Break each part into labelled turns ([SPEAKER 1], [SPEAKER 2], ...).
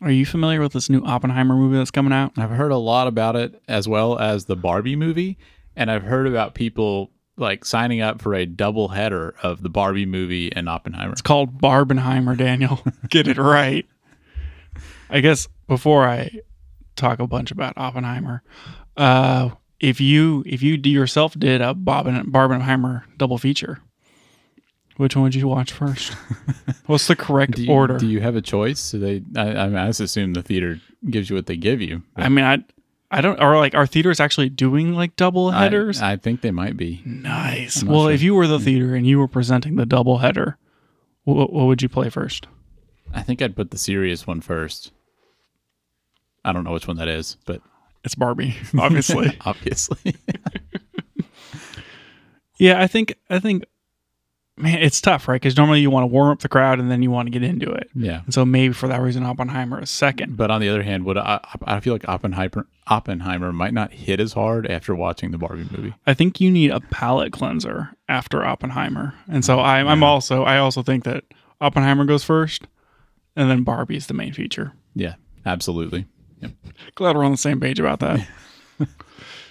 [SPEAKER 1] Are you familiar with this new Oppenheimer movie that's coming out?
[SPEAKER 2] I've heard a lot about it as well as the Barbie movie, and I've heard about people like signing up for a double header of the Barbie movie and Oppenheimer.
[SPEAKER 1] It's called Barbenheimer, Daniel. Get it right. I guess before I talk a bunch about Oppenheimer, uh, if you if you d- yourself did a Bobbin, Barbenheimer double feature, which one would you watch first? What's the correct
[SPEAKER 2] Do you,
[SPEAKER 1] order?
[SPEAKER 2] do you have a choice? Do they? I, I, mean, I just assume the theater gives you what they give you.
[SPEAKER 1] I mean, I I don't. Are like our theaters actually doing like double
[SPEAKER 2] I-
[SPEAKER 1] headers?
[SPEAKER 2] I, think they might be.
[SPEAKER 1] nice.
[SPEAKER 2] I'm not
[SPEAKER 1] Well,
[SPEAKER 2] sure. Hmm.
[SPEAKER 1] if you were the theater and you were presenting the double header, what, what would you play first?
[SPEAKER 2] I think I'd put the serious one first. I don't know which one that is, but
[SPEAKER 1] It's Barbie, obviously.
[SPEAKER 2] obviously.
[SPEAKER 1] Yeah, I think I think man, it's tough, right? Because normally you want to warm up the crowd and then you want to get into it.
[SPEAKER 2] yeah.
[SPEAKER 1] And so maybe for that reason, Oppenheimer is second.
[SPEAKER 2] But on the other hand, would I, I feel like Oppenheimer Oppenheimer might not hit as hard after watching the Barbie movie.
[SPEAKER 1] I think you need a palate cleanser after Oppenheimer, and so I'm, I'm also I also think that Oppenheimer goes first, and then Barbie is the main feature.
[SPEAKER 2] Yeah, absolutely. Yep.
[SPEAKER 1] Glad we're on the same page about that.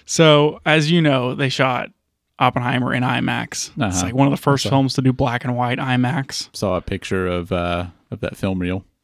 [SPEAKER 1] so as you know, they shot Oppenheimer in IMAX. It's
[SPEAKER 2] Uh-huh.
[SPEAKER 1] like one of the first films to do black and white IMAX.
[SPEAKER 2] Saw a picture of uh of that film reel.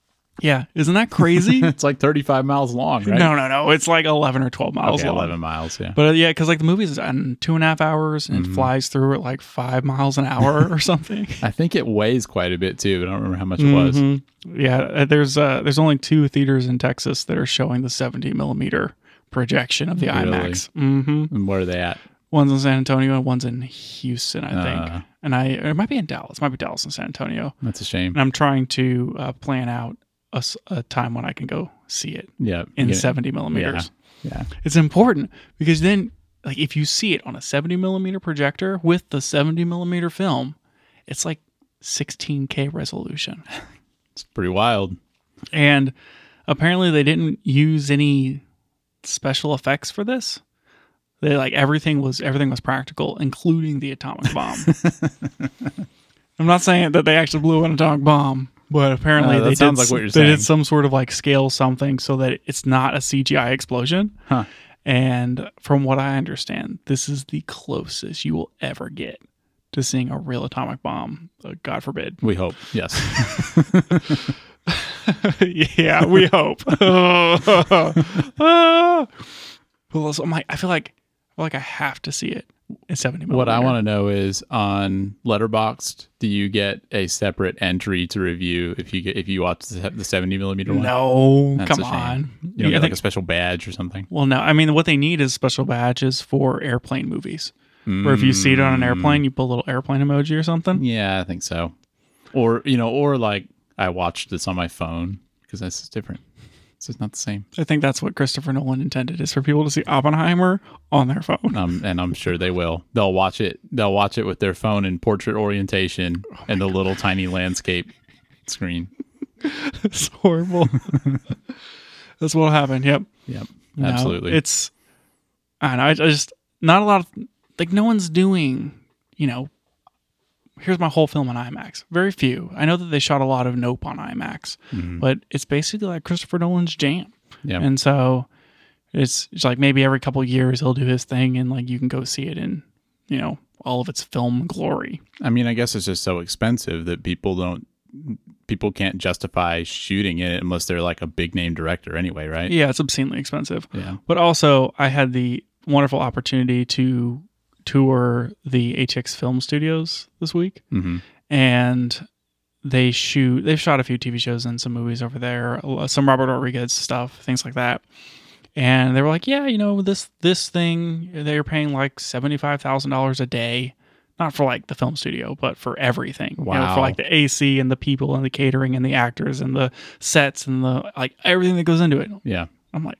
[SPEAKER 1] Yeah, isn't that crazy?
[SPEAKER 2] It's like 35 miles long, right?
[SPEAKER 1] No, no, no. It's like 11 or 12 miles
[SPEAKER 2] okay,
[SPEAKER 1] long.
[SPEAKER 2] 11 miles. Yeah.
[SPEAKER 1] But uh, yeah, because like the movie's in two and a half hours and it flies through at like five miles an hour or something.
[SPEAKER 2] I think Mm-hmm. it weighs quite a bit too. But I don't remember how much it was.
[SPEAKER 1] Mhm. Yeah, uh, there's uh, there's only two theaters in Texas that are showing the 70 millimeter projection of the
[SPEAKER 2] Really?
[SPEAKER 1] IMAX. hmm
[SPEAKER 2] And where are they at?
[SPEAKER 1] One's in San Antonio and one's in Houston, I think.
[SPEAKER 2] Uh.
[SPEAKER 1] and I or it might be in Dallas, might be Dallas and San Antonio.
[SPEAKER 2] That's a shame.
[SPEAKER 1] And I'm trying to uh, plan out a, s- a time when I can go see it
[SPEAKER 2] Yeah.
[SPEAKER 1] in
[SPEAKER 2] yeah.
[SPEAKER 1] 70 millimeters.
[SPEAKER 2] Yeah.
[SPEAKER 1] It's important because then, like, if you see it on a 70 millimeter projector with the 70 millimeter film, it's like 16K resolution.
[SPEAKER 2] It's pretty wild.
[SPEAKER 1] And apparently, they didn't use any special effects for this. They like everything was everything was practical, including the atomic bomb. I'm not saying that they actually blew an atomic bomb, but apparently
[SPEAKER 2] No, Uh, that
[SPEAKER 1] they
[SPEAKER 2] sounds
[SPEAKER 1] did
[SPEAKER 2] like what
[SPEAKER 1] s-
[SPEAKER 2] you're
[SPEAKER 1] they
[SPEAKER 2] saying.
[SPEAKER 1] did some sort of like scale something so that it's not a CGI explosion.
[SPEAKER 2] Huh.
[SPEAKER 1] And from what I understand, this is the closest you will ever get to seeing a real atomic bomb. Uh, God forbid.
[SPEAKER 2] We hope. Yes.
[SPEAKER 1] yeah, we hope. Ah. well, also, I'm like, I feel like, I feel like I have to see it in 70
[SPEAKER 2] what I want to know is on Letterboxd, do you get a separate entry to review if you get if you watch the the 70 millimeter one?
[SPEAKER 1] No,
[SPEAKER 2] That's
[SPEAKER 1] come
[SPEAKER 2] a shame.
[SPEAKER 1] on.
[SPEAKER 2] You don't
[SPEAKER 1] Yeah, I
[SPEAKER 2] get like
[SPEAKER 1] think-
[SPEAKER 2] a special badge or something.
[SPEAKER 1] well, no. I mean, what they need is special badges for airplane movies. Where if you see it on an airplane, you put a little airplane emoji or something.
[SPEAKER 2] Mm. Yeah, I think so. Or you know, or like I watched this on my phone because that's just different. It's just not the same.
[SPEAKER 1] I think that's what Christopher Nolan intended is for people to see Oppenheimer on their phone.
[SPEAKER 2] Um, and I'm sure they will. They'll watch it. They'll watch it with their phone in portrait orientation and the little tiny landscape screen.
[SPEAKER 1] it's horrible. that's what happened. Yep.
[SPEAKER 2] Yep,
[SPEAKER 1] No,
[SPEAKER 2] absolutely.
[SPEAKER 1] It's I don't know. I, I just not a lot of like no one's doing. You know, here's my whole film on IMAX. Very few. I know that they shot a lot of Nope on IMAX, but it's basically like Christopher Nolan's jam,
[SPEAKER 2] Mm-hmm. yeah.
[SPEAKER 1] and so it's, it's like maybe every couple years he'll do his thing, and like you can go see it in you know all of its film glory.
[SPEAKER 2] I mean, I guess it's just so expensive that people don't people can't justify shooting it unless they're like a big name director anyway, right?
[SPEAKER 1] Yeah, it's obscenely expensive.
[SPEAKER 2] Yeah.
[SPEAKER 1] But also, I had the wonderful opportunity to tour the ATX Film Studios this week,
[SPEAKER 2] hmm
[SPEAKER 1] and they shoot. They've shot a few TV shows and some movies over there, some Robert Rodriguez stuff, things like that. And they were like, "Yeah, you know this this thing. They're paying like seventy five thousand dollars a day." Not for like the film studio, but for everything. You know, for
[SPEAKER 2] Wow.
[SPEAKER 1] like the AC and the people and the catering and the actors and the sets and the like everything that goes into it.
[SPEAKER 2] Yeah.
[SPEAKER 1] I'm like,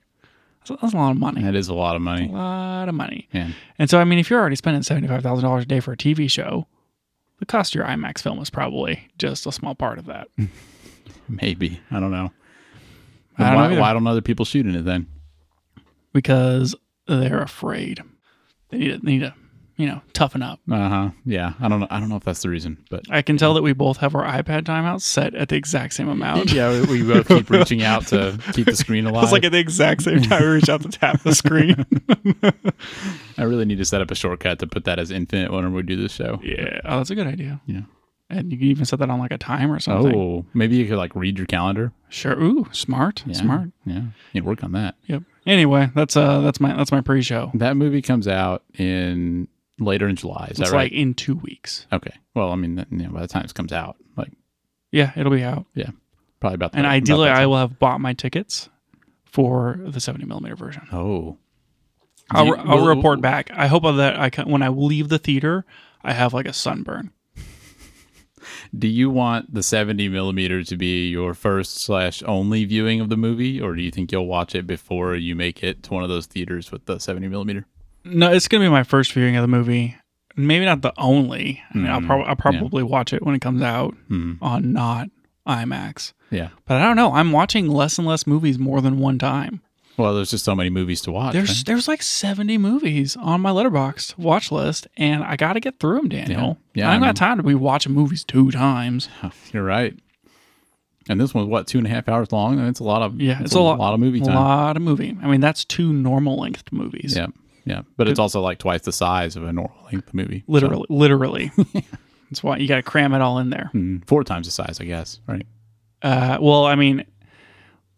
[SPEAKER 1] that's, that's a lot of money.
[SPEAKER 2] That is a lot of
[SPEAKER 1] A
[SPEAKER 2] money.
[SPEAKER 1] lot of money.
[SPEAKER 2] Man.
[SPEAKER 1] And so, I mean, if you're already spending $75,000 a day for a TV show, the cost of your IMAX film is probably just a small part of that.
[SPEAKER 2] Mm. Maybe. I don't know.
[SPEAKER 1] I don't know
[SPEAKER 2] why,
[SPEAKER 1] either.
[SPEAKER 2] why don't other people shoot in it then?
[SPEAKER 1] because they're afraid. They need to, they need to, you know, toughen up.
[SPEAKER 2] Uh huh. Yeah. I don't know. I don't know if that's the reason, but
[SPEAKER 1] I can tell that we both have our iPad timeouts set at the exact same amount.
[SPEAKER 2] Mm. yeah, we, we both keep reaching out to keep the screen alive.
[SPEAKER 1] It's like at the exact same time we reach out to tap the screen.
[SPEAKER 2] I really need to set up a shortcut to put that as infinite whenever we do this show.
[SPEAKER 1] yeah. Oh, that's a good idea.
[SPEAKER 2] Yeah.
[SPEAKER 1] And you can even set that on like a time or something.
[SPEAKER 2] Oh, maybe you could like read your calendar.
[SPEAKER 1] Sure. Ooh, smart.
[SPEAKER 2] Yeah.
[SPEAKER 1] Smart.
[SPEAKER 2] Yeah. You'd work on that.
[SPEAKER 1] Yep. Anyway, that's uh that's my that's my pre-show.
[SPEAKER 2] That movie comes out in later in July. Is
[SPEAKER 1] It's
[SPEAKER 2] that right?
[SPEAKER 1] like in 2 weeks.
[SPEAKER 2] okay. Well, I mean, that- you know, by the time it comes out, like
[SPEAKER 1] Yeah, it'll be out.
[SPEAKER 2] probably about.
[SPEAKER 1] And
[SPEAKER 2] that- about
[SPEAKER 1] ideally
[SPEAKER 2] that
[SPEAKER 1] I
[SPEAKER 2] time.
[SPEAKER 1] will have bought my tickets for the 70 millimeter version.
[SPEAKER 2] Oh.
[SPEAKER 1] I'll,
[SPEAKER 2] Do you-
[SPEAKER 1] I'll
[SPEAKER 2] will-
[SPEAKER 1] report back. I hope that I can, when I leave the theater, I have like a sunburn.
[SPEAKER 2] Do you want the 70 millimeter to be your first slash only viewing of the movie, or do you think you'll watch it before you make it to one of those theaters with the 70 millimeter?
[SPEAKER 1] No, it's gonna be my first viewing of the movie. Maybe not the only. I mean, I'll,
[SPEAKER 2] Mm,
[SPEAKER 1] prob- I'll probably watch it when it comes out
[SPEAKER 2] Hmm.
[SPEAKER 1] on not IMAX.
[SPEAKER 2] Yeah.
[SPEAKER 1] But I don't know. I'm watching less and less movies more than one time.
[SPEAKER 2] Well, there's just so many movies to watch.
[SPEAKER 1] There's
[SPEAKER 2] right?
[SPEAKER 1] there's like 70 movies on my letterbox watch list, and I got to get through them, Daniel.
[SPEAKER 2] Yeah. Yeah,
[SPEAKER 1] I don't
[SPEAKER 2] I
[SPEAKER 1] got time to be watching movies two times.
[SPEAKER 2] You're right. And this one's what two and a half hours long. And it's a lot of
[SPEAKER 1] Yeah, it's a lot-
[SPEAKER 2] of movie
[SPEAKER 1] A
[SPEAKER 2] time.
[SPEAKER 1] lot of movie. I mean, that's two normal length movies.
[SPEAKER 2] Yeah, yeah. But it's also like twice the size of a normal length movie. So,
[SPEAKER 1] Literally, literally. That's why you got to cram it all in there.
[SPEAKER 2] mm, four times the size, I guess. Right.
[SPEAKER 1] Uh, well, I mean,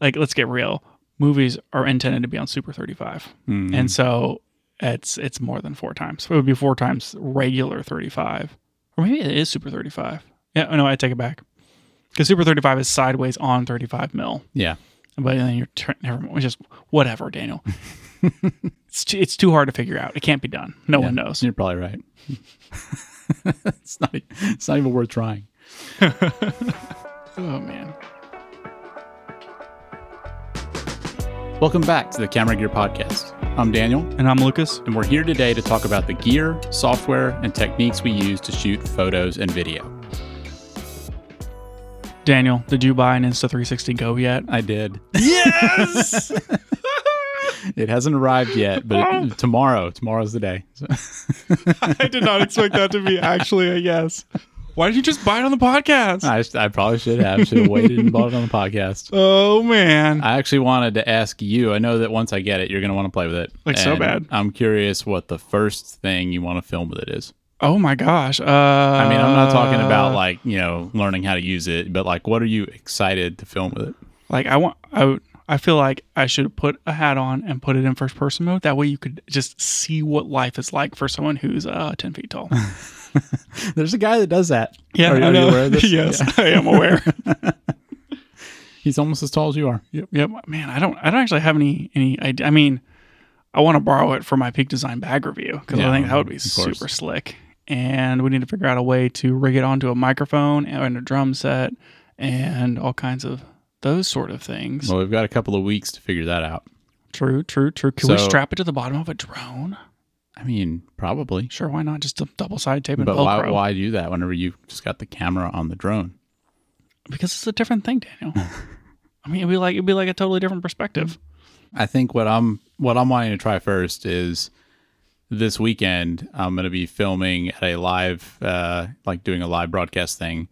[SPEAKER 1] like, let's get real. Movies are intended to be on Super 35,
[SPEAKER 2] Mm.
[SPEAKER 1] and so it's it's more than four times. It would be four times regular 35, or maybe it is Super 35. Yeah, oh, no, I take it back because Super 35 is sideways on 35 mil,
[SPEAKER 2] Yeah.
[SPEAKER 1] but then you're turn never mind. Just whatever, Daniel. it's too, it's too hard to figure out. It can't be done. No one
[SPEAKER 2] Yeah.
[SPEAKER 1] knows.
[SPEAKER 2] You're probably right. it's not. e- It's not even worth trying.
[SPEAKER 1] Oh man.
[SPEAKER 2] Welcome back to the Camera Gear Podcast. I'm Daniel,
[SPEAKER 1] And I'm Lucas.
[SPEAKER 2] and we're here today to talk about the gear, software, and techniques we use to shoot photos and video.
[SPEAKER 1] Daniel, did you buy an Insta 360 Go yet?
[SPEAKER 2] I did.
[SPEAKER 1] Yes.
[SPEAKER 2] It hasn't arrived yet, but it, tomorrow, tomorrow's the day. So-
[SPEAKER 1] I did not expect that to be actually a yes. Why did you just buy it on the podcast?
[SPEAKER 2] I, sh- I probably should have. Should have waited and bought it on the podcast.
[SPEAKER 1] oh man.
[SPEAKER 2] I actually wanted to ask you. I know that once I get it, you're going to want to play with it.
[SPEAKER 1] Like, so
[SPEAKER 2] And
[SPEAKER 1] bad.
[SPEAKER 2] I'm curious what the first thing you want to film with it is.
[SPEAKER 1] Oh my gosh. Uh,
[SPEAKER 2] I
[SPEAKER 1] I
[SPEAKER 2] mean, I'm not talking
[SPEAKER 1] Uh,
[SPEAKER 2] about like, you know, learning how to use it, but like, what are you excited to film with it?
[SPEAKER 1] like I want I would- I feel like I should put a hat on and put it in first person mode. That way you could just see what life is like for someone who's uh, ten feet tall.
[SPEAKER 2] There's a guy that does that.
[SPEAKER 1] Yeah,
[SPEAKER 2] Are you-
[SPEAKER 1] I
[SPEAKER 2] are you
[SPEAKER 1] know.
[SPEAKER 2] aware of this?
[SPEAKER 1] yes,
[SPEAKER 2] Yeah.
[SPEAKER 1] I am aware.
[SPEAKER 2] He's almost as tall as you are.
[SPEAKER 1] Yep. Yep. Man, I don't. I don't actually have any. Any. idea. I mean, I want to borrow it for my peak design bag review because I
[SPEAKER 2] Yeah,
[SPEAKER 1] think that would be
[SPEAKER 2] of course.
[SPEAKER 1] super slick. And we need to figure out a way to rig it onto a microphone and a drum set and all kinds of those sort of things.
[SPEAKER 2] Well, we've got a couple of weeks to figure that out.
[SPEAKER 1] true. True. True. Can we
[SPEAKER 2] So-
[SPEAKER 1] strap it to the bottom of a drone?
[SPEAKER 2] I mean, probably.
[SPEAKER 1] Sure. Why not? Just a double side tape and
[SPEAKER 2] But why,
[SPEAKER 1] Velcro.
[SPEAKER 2] why do that whenever you've just got the camera on the drone?
[SPEAKER 1] Because it's a different thing, Daniel. I mean, it'd be like it'd be like a totally different perspective.
[SPEAKER 2] I think what I'm what I'm wanting to try first is this weekend I'm going to be filming at a live uh, like doing a live broadcast thing,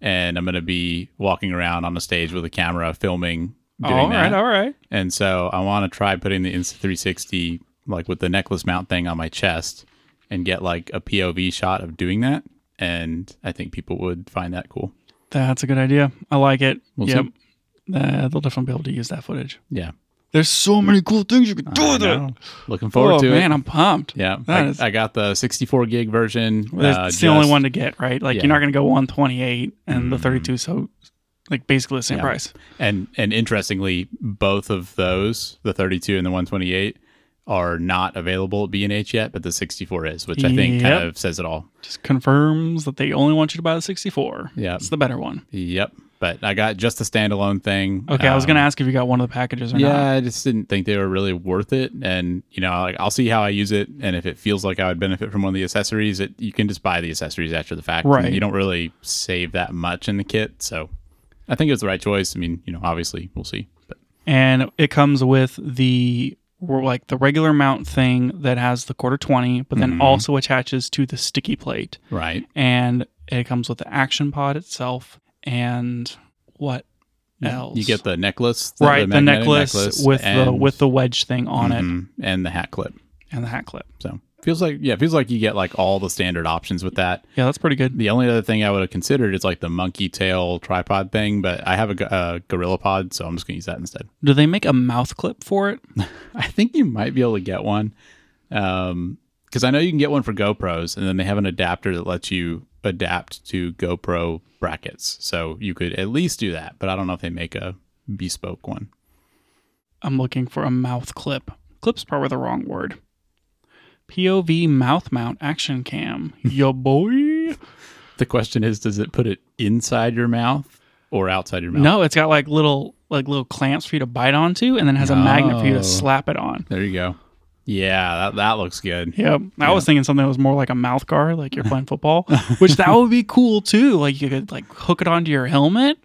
[SPEAKER 2] and I'm going to be walking around on the stage with a camera filming. Doing
[SPEAKER 1] all right.
[SPEAKER 2] that.
[SPEAKER 1] All right.
[SPEAKER 2] And so I want to try putting the Insta 360 like with the necklace mount thing on my chest and get like a POV shot of doing that. And I think people would find that cool.
[SPEAKER 1] That's a good idea. I like it.
[SPEAKER 2] We'll
[SPEAKER 1] yep.
[SPEAKER 2] see.
[SPEAKER 1] Uh, they'll definitely be able to use that footage.
[SPEAKER 2] Yeah.
[SPEAKER 1] There's so many cool things you can do
[SPEAKER 2] I
[SPEAKER 1] with it.
[SPEAKER 2] know. Looking forward
[SPEAKER 1] Oh
[SPEAKER 2] to
[SPEAKER 1] man,
[SPEAKER 2] it.
[SPEAKER 1] I'm pumped.
[SPEAKER 2] Yeah.
[SPEAKER 1] That
[SPEAKER 2] I,
[SPEAKER 1] is-
[SPEAKER 2] I got the 64 gig version.
[SPEAKER 1] That's
[SPEAKER 2] uh,
[SPEAKER 1] it's the only
[SPEAKER 2] just-
[SPEAKER 1] one to get right. Like
[SPEAKER 2] Yeah. Mm-hmm.
[SPEAKER 1] you're not gonna go 128 and the 32, so like basically the same
[SPEAKER 2] Yeah.
[SPEAKER 1] price.
[SPEAKER 2] and and interestingly both of those the 32 and the 128 are not available at b&h yet but the 64 is which i think
[SPEAKER 1] Yep.
[SPEAKER 2] kind of says it all
[SPEAKER 1] Just confirms that they only want you to buy the 64.
[SPEAKER 2] Yeah.
[SPEAKER 1] it's the better one.
[SPEAKER 2] yep but i got just the standalone thing
[SPEAKER 1] Okay, I was
[SPEAKER 2] Um,
[SPEAKER 1] gonna ask if you got one of the packages or
[SPEAKER 2] yeah
[SPEAKER 1] not.
[SPEAKER 2] i just didn't think they were really worth it and you know like i'll see how i use it and if it feels like i would benefit from one of the accessories it you can just buy the accessories after the fact and
[SPEAKER 1] Right.
[SPEAKER 2] you don't really save that much in the kit so i think it was the right choice i mean you know obviously we'll see but
[SPEAKER 1] And it comes with the were like the regular mount thing that has the quarter 20, but then
[SPEAKER 2] Mhm.
[SPEAKER 1] also attaches to the sticky plate.
[SPEAKER 2] Right.
[SPEAKER 1] And it comes with the action pod itself and what
[SPEAKER 2] You-
[SPEAKER 1] else?
[SPEAKER 2] You get the necklace,
[SPEAKER 1] right the,
[SPEAKER 2] magnetic
[SPEAKER 1] necklace, with the
[SPEAKER 2] and-
[SPEAKER 1] with the wedge thing on it
[SPEAKER 2] Mhm, and the hat clip.
[SPEAKER 1] and the hat clip.
[SPEAKER 2] So feels like yeah, feels like you get like all the standard options with that.
[SPEAKER 1] Yeah, that's pretty good.
[SPEAKER 2] The only other thing I would have considered is like the monkey tail tripod thing, but I have a, go- a gorilla pod, so I'm just gonna use that instead.
[SPEAKER 1] Do they make a mouth clip for it?
[SPEAKER 2] I think you might be able to get one, Um 'cause because I know you can get one for GoPros, and then they have an adapter that lets you adapt to GoPro brackets, so you could at least do that. But I don't know if they make a bespoke one.
[SPEAKER 1] I'm looking for a mouth clip. Clip's probably the wrong word. POV mouth mount action cam. Yo boy.
[SPEAKER 2] The question is, does it put it inside your mouth or outside your mouth?
[SPEAKER 1] No, it's got like little like little clamps for you to bite onto and then has a magnet for you
[SPEAKER 2] No.
[SPEAKER 1] to slap it on.
[SPEAKER 2] There you go. Yeah, that, that looks good.
[SPEAKER 1] Yep. I was thinking something that was more like a mouth guard, like you're playing football, which that would be cool too. Like you could like hook it onto your helmet.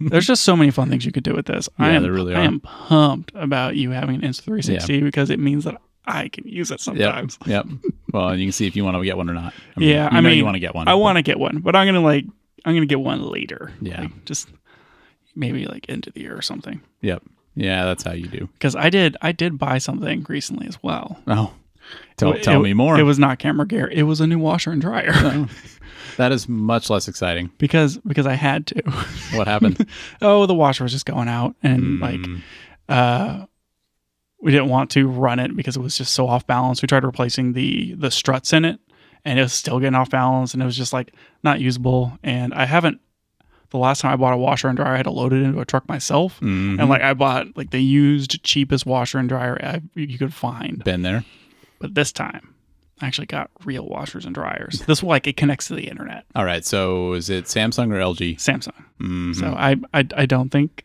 [SPEAKER 1] There's just so many fun things you could do with this. I
[SPEAKER 2] Yeah,
[SPEAKER 1] am,
[SPEAKER 2] there really
[SPEAKER 1] I
[SPEAKER 2] are.
[SPEAKER 1] am pumped about you having an Insta360 because it means that I can use it
[SPEAKER 2] Yep.
[SPEAKER 1] sometimes.
[SPEAKER 2] Yep. Well, and you can see if you want to get one or not. I
[SPEAKER 1] yeah,
[SPEAKER 2] you
[SPEAKER 1] I
[SPEAKER 2] know
[SPEAKER 1] mean,
[SPEAKER 2] you want to get one.
[SPEAKER 1] I want to get one, but I'm gonna like I'm gonna get one later.
[SPEAKER 2] Yeah.
[SPEAKER 1] Like, just maybe like end of the year or something.
[SPEAKER 2] Yep. Yeah, that's how you do.
[SPEAKER 1] Because I did I did buy something recently as well.
[SPEAKER 2] Oh, tell,
[SPEAKER 1] It-
[SPEAKER 2] tell
[SPEAKER 1] it-
[SPEAKER 2] me more.
[SPEAKER 1] It was not camera gear. It was a new washer and dryer.
[SPEAKER 2] that is much less exciting.
[SPEAKER 1] because because I had to.
[SPEAKER 2] What happened?
[SPEAKER 1] oh, the washer was just going out, and like
[SPEAKER 2] Mm,
[SPEAKER 1] uh, we didn't want to run it because it was just so off balance. We tried replacing the the struts in it, and it was still getting off balance, and it was just like not usable. And I haven't. The last time I bought a washer and dryer, I had to load it into a truck myself,
[SPEAKER 2] mhm.
[SPEAKER 1] and like I bought like the used cheapest washer and dryer I, you could find.
[SPEAKER 2] been there.
[SPEAKER 1] But this time, I actually got real washers and dryers. This one like it connects to the internet.
[SPEAKER 2] All right. So is it Samsung or LG?
[SPEAKER 1] Samsung.
[SPEAKER 2] Mhm.
[SPEAKER 1] So I, I I don't think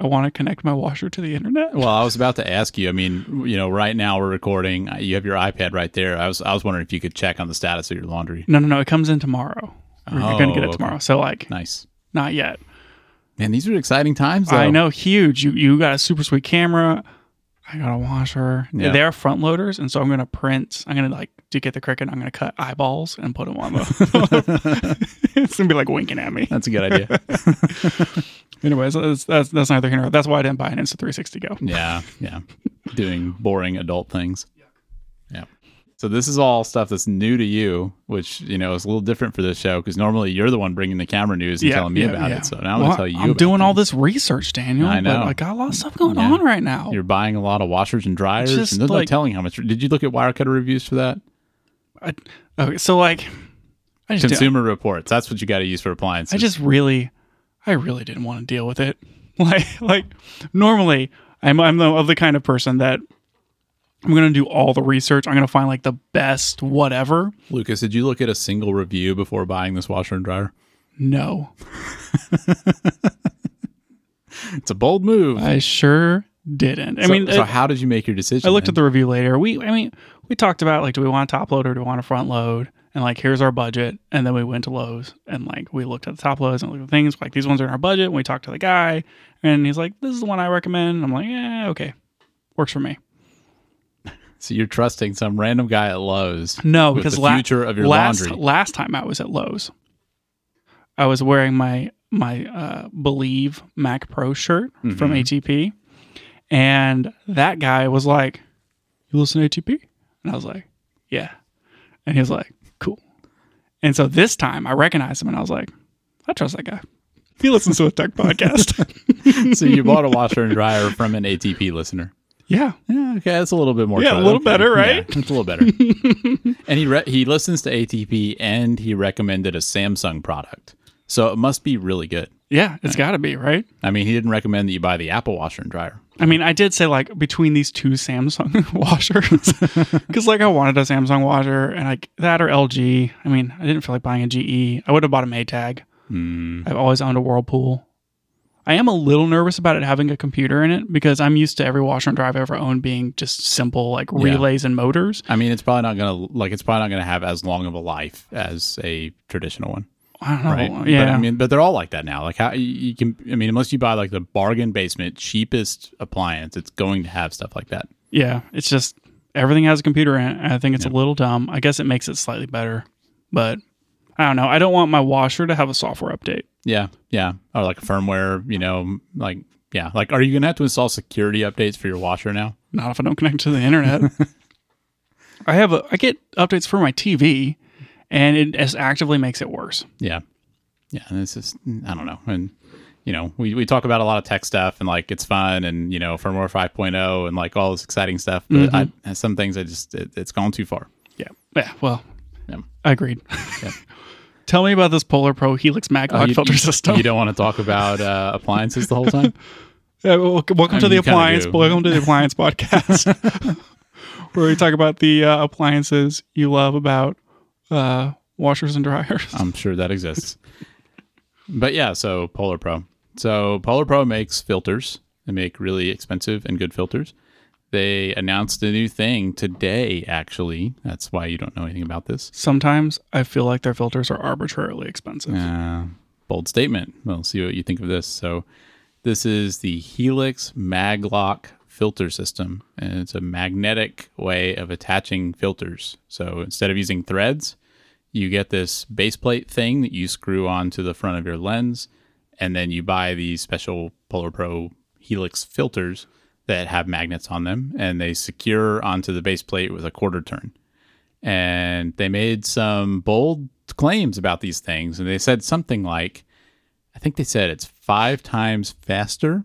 [SPEAKER 1] I want to connect my washer to the internet.
[SPEAKER 2] well, I was about to ask you. I mean, you know, right now we're recording. uh, You have your iPad right there. I was I was wondering if you could check on the status of your laundry.
[SPEAKER 1] No, no, no. It comes in tomorrow. We're going
[SPEAKER 2] Oh,
[SPEAKER 1] to get
[SPEAKER 2] okay.
[SPEAKER 1] it tomorrow. So like,
[SPEAKER 2] Nice.
[SPEAKER 1] not yet.
[SPEAKER 2] Man, these are exciting times. Though.
[SPEAKER 1] I know, huge. You you got a super sweet camera. I got a washer.
[SPEAKER 2] Yeah.
[SPEAKER 1] They're front loaders, and so I'm gonna print. I'm gonna like to get the cricket. I'm gonna cut eyeballs and put them on the. it's gonna be like winking at me.
[SPEAKER 2] That's a good idea.
[SPEAKER 1] Anyways, that's that's, that's neither here nor that's why I didn't buy an Insta 360 Go.
[SPEAKER 2] Yeah, yeah. Doing boring adult things. Yeah. So this is all stuff that's new to you, which you know is a little different for this show because normally you're the one bringing the camera news and telling me about
[SPEAKER 1] yeah.
[SPEAKER 2] it. So now I'm
[SPEAKER 1] Well,
[SPEAKER 2] gonna tell you.
[SPEAKER 1] I'm
[SPEAKER 2] about
[SPEAKER 1] doing all
[SPEAKER 2] things.
[SPEAKER 1] this research, Daniel.
[SPEAKER 2] I know.
[SPEAKER 1] But I got a lot of stuff going
[SPEAKER 2] Yeah.
[SPEAKER 1] on right now.
[SPEAKER 2] You're buying a lot of washers and dryers.
[SPEAKER 1] Just
[SPEAKER 2] and there's no
[SPEAKER 1] like-
[SPEAKER 2] telling how much. Did you look at Wirecutter reviews for that?
[SPEAKER 1] I, okay, so like, I just
[SPEAKER 2] Consumer Reports. That's what you got to use for appliances.
[SPEAKER 1] I just really, I really didn't want to deal with it. Like, like normally, I'm I'm the, of the kind of person that I'm gonna do all the research. I'm gonna find like the best whatever.
[SPEAKER 2] Lucas, did you look at a single review before buying this washer and dryer?
[SPEAKER 1] No,
[SPEAKER 2] It's a bold move.
[SPEAKER 1] I sure didn't. I
[SPEAKER 2] So-
[SPEAKER 1] mean,
[SPEAKER 2] so
[SPEAKER 1] I,
[SPEAKER 2] how did you make your decision?
[SPEAKER 1] I looked at the
[SPEAKER 2] then?
[SPEAKER 1] review later. We, I mean, we talked about like, do we want a top load or do we want a front load? And like, here's our budget. And then we went to Lowe's and like, we looked at the top loads and looked at things like these ones are in our budget. And we talked to the guy, and he's like, this is the one I recommend. I'm like, yeah, okay, works for me.
[SPEAKER 2] So you're trusting some random guy at Lowe's.
[SPEAKER 1] No,
[SPEAKER 2] with
[SPEAKER 1] because
[SPEAKER 2] the
[SPEAKER 1] la-
[SPEAKER 2] future of your
[SPEAKER 1] last
[SPEAKER 2] laundry.
[SPEAKER 1] last time I was at Lowe's, I was wearing my my uh, Believe Mac Pro shirt
[SPEAKER 2] Mm-hmm.
[SPEAKER 1] from ATP, and that guy was like, "You listen to ATP?" And I was like, "Yeah," and he was like, "Cool." And so this time I recognized him, and I was like, "I trust that guy. He listens to a tech podcast."
[SPEAKER 2] so you bought a washer and dryer from an ATP listener.
[SPEAKER 1] yeah,
[SPEAKER 2] Yeah, okay, that's a little bit more.
[SPEAKER 1] Yeah, a little
[SPEAKER 2] okay.
[SPEAKER 1] better, right?
[SPEAKER 2] Yeah, it's a little better. and he re- he listens to ATP, and he recommended a Samsung product, so it must be really good.
[SPEAKER 1] yeah, it's got to be right.
[SPEAKER 2] I mean, he didn't recommend that you buy the Apple washer and dryer.
[SPEAKER 1] I mean, I did say like between these two Samsung washers, because like I wanted a Samsung washer and like that or LG. I mean, I didn't feel like buying a GE. I would have bought a Maytag.
[SPEAKER 2] Hmm.
[SPEAKER 1] I've always owned a Whirlpool. I am a little nervous about it having a computer in it because I'm used to every washer and dryer I've ever owned being just simple like relays and motors.
[SPEAKER 2] I mean, it's probably not gonna like it's probably not gonna have as long of a life as a traditional one,
[SPEAKER 1] I don't know.
[SPEAKER 2] right?
[SPEAKER 1] Oh, Yeah,
[SPEAKER 2] But, I mean, but they're all like that now. Like how you- you can, I mean, unless you buy like the bargain basement cheapest appliance, it's going to have stuff like that.
[SPEAKER 1] Yeah, it's just everything has a computer in it. and I think it's a little dumb. I guess it makes it slightly better, but I don't know. I don't want my washer to have a software update.
[SPEAKER 2] Yeah, yeah, or like a firmware, you know, like yeah, like are you gonna have to install security updates for your washer now?
[SPEAKER 1] Not if I don't connect to the internet. I have a I get updates for my TV, and it just actively makes it worse.
[SPEAKER 2] Yeah, yeah, and it's just I don't know, and you know, we we talk about a lot of tech stuff and like it's fun and you know firmware 5.0 and like all this exciting stuff, but I, some things I just it, it's gone too far.
[SPEAKER 1] Yeah. Yeah. Well,
[SPEAKER 2] Yeah.
[SPEAKER 1] I agreed. Tell me about this Polar Pro Helix Maglock
[SPEAKER 2] Uh, you,
[SPEAKER 1] filter system.
[SPEAKER 2] You don't want to talk about uh, appliances the whole time.
[SPEAKER 1] Yeah, well, welcome welcome to
[SPEAKER 2] mean,
[SPEAKER 1] the
[SPEAKER 2] you kinda
[SPEAKER 1] appliance.
[SPEAKER 2] do.
[SPEAKER 1] Welcome to the appliance podcast, where we talk about the uh, appliances you love about uh, washers and dryers.
[SPEAKER 2] I'm sure that exists. but yeah, so Polar Pro. So Polar Pro makes filters. They make really expensive and good filters. They announced a new thing today, actually. That's why you don't know anything about this.
[SPEAKER 1] Sometimes I feel like their filters are arbitrarily expensive.
[SPEAKER 2] Uh, bold statement. We'll see what you think of this. So, this is the Helix Maglock filter system, and it's a magnetic way of attaching filters. So, instead of using threads, you get this base plate thing that you screw onto the front of your lens, and then you buy these special Polar Pro Helix filters that have magnets on them, and they secure onto the base plate with a quarter turn and they made some bold claims about these things and they said something like i think they said it's five times faster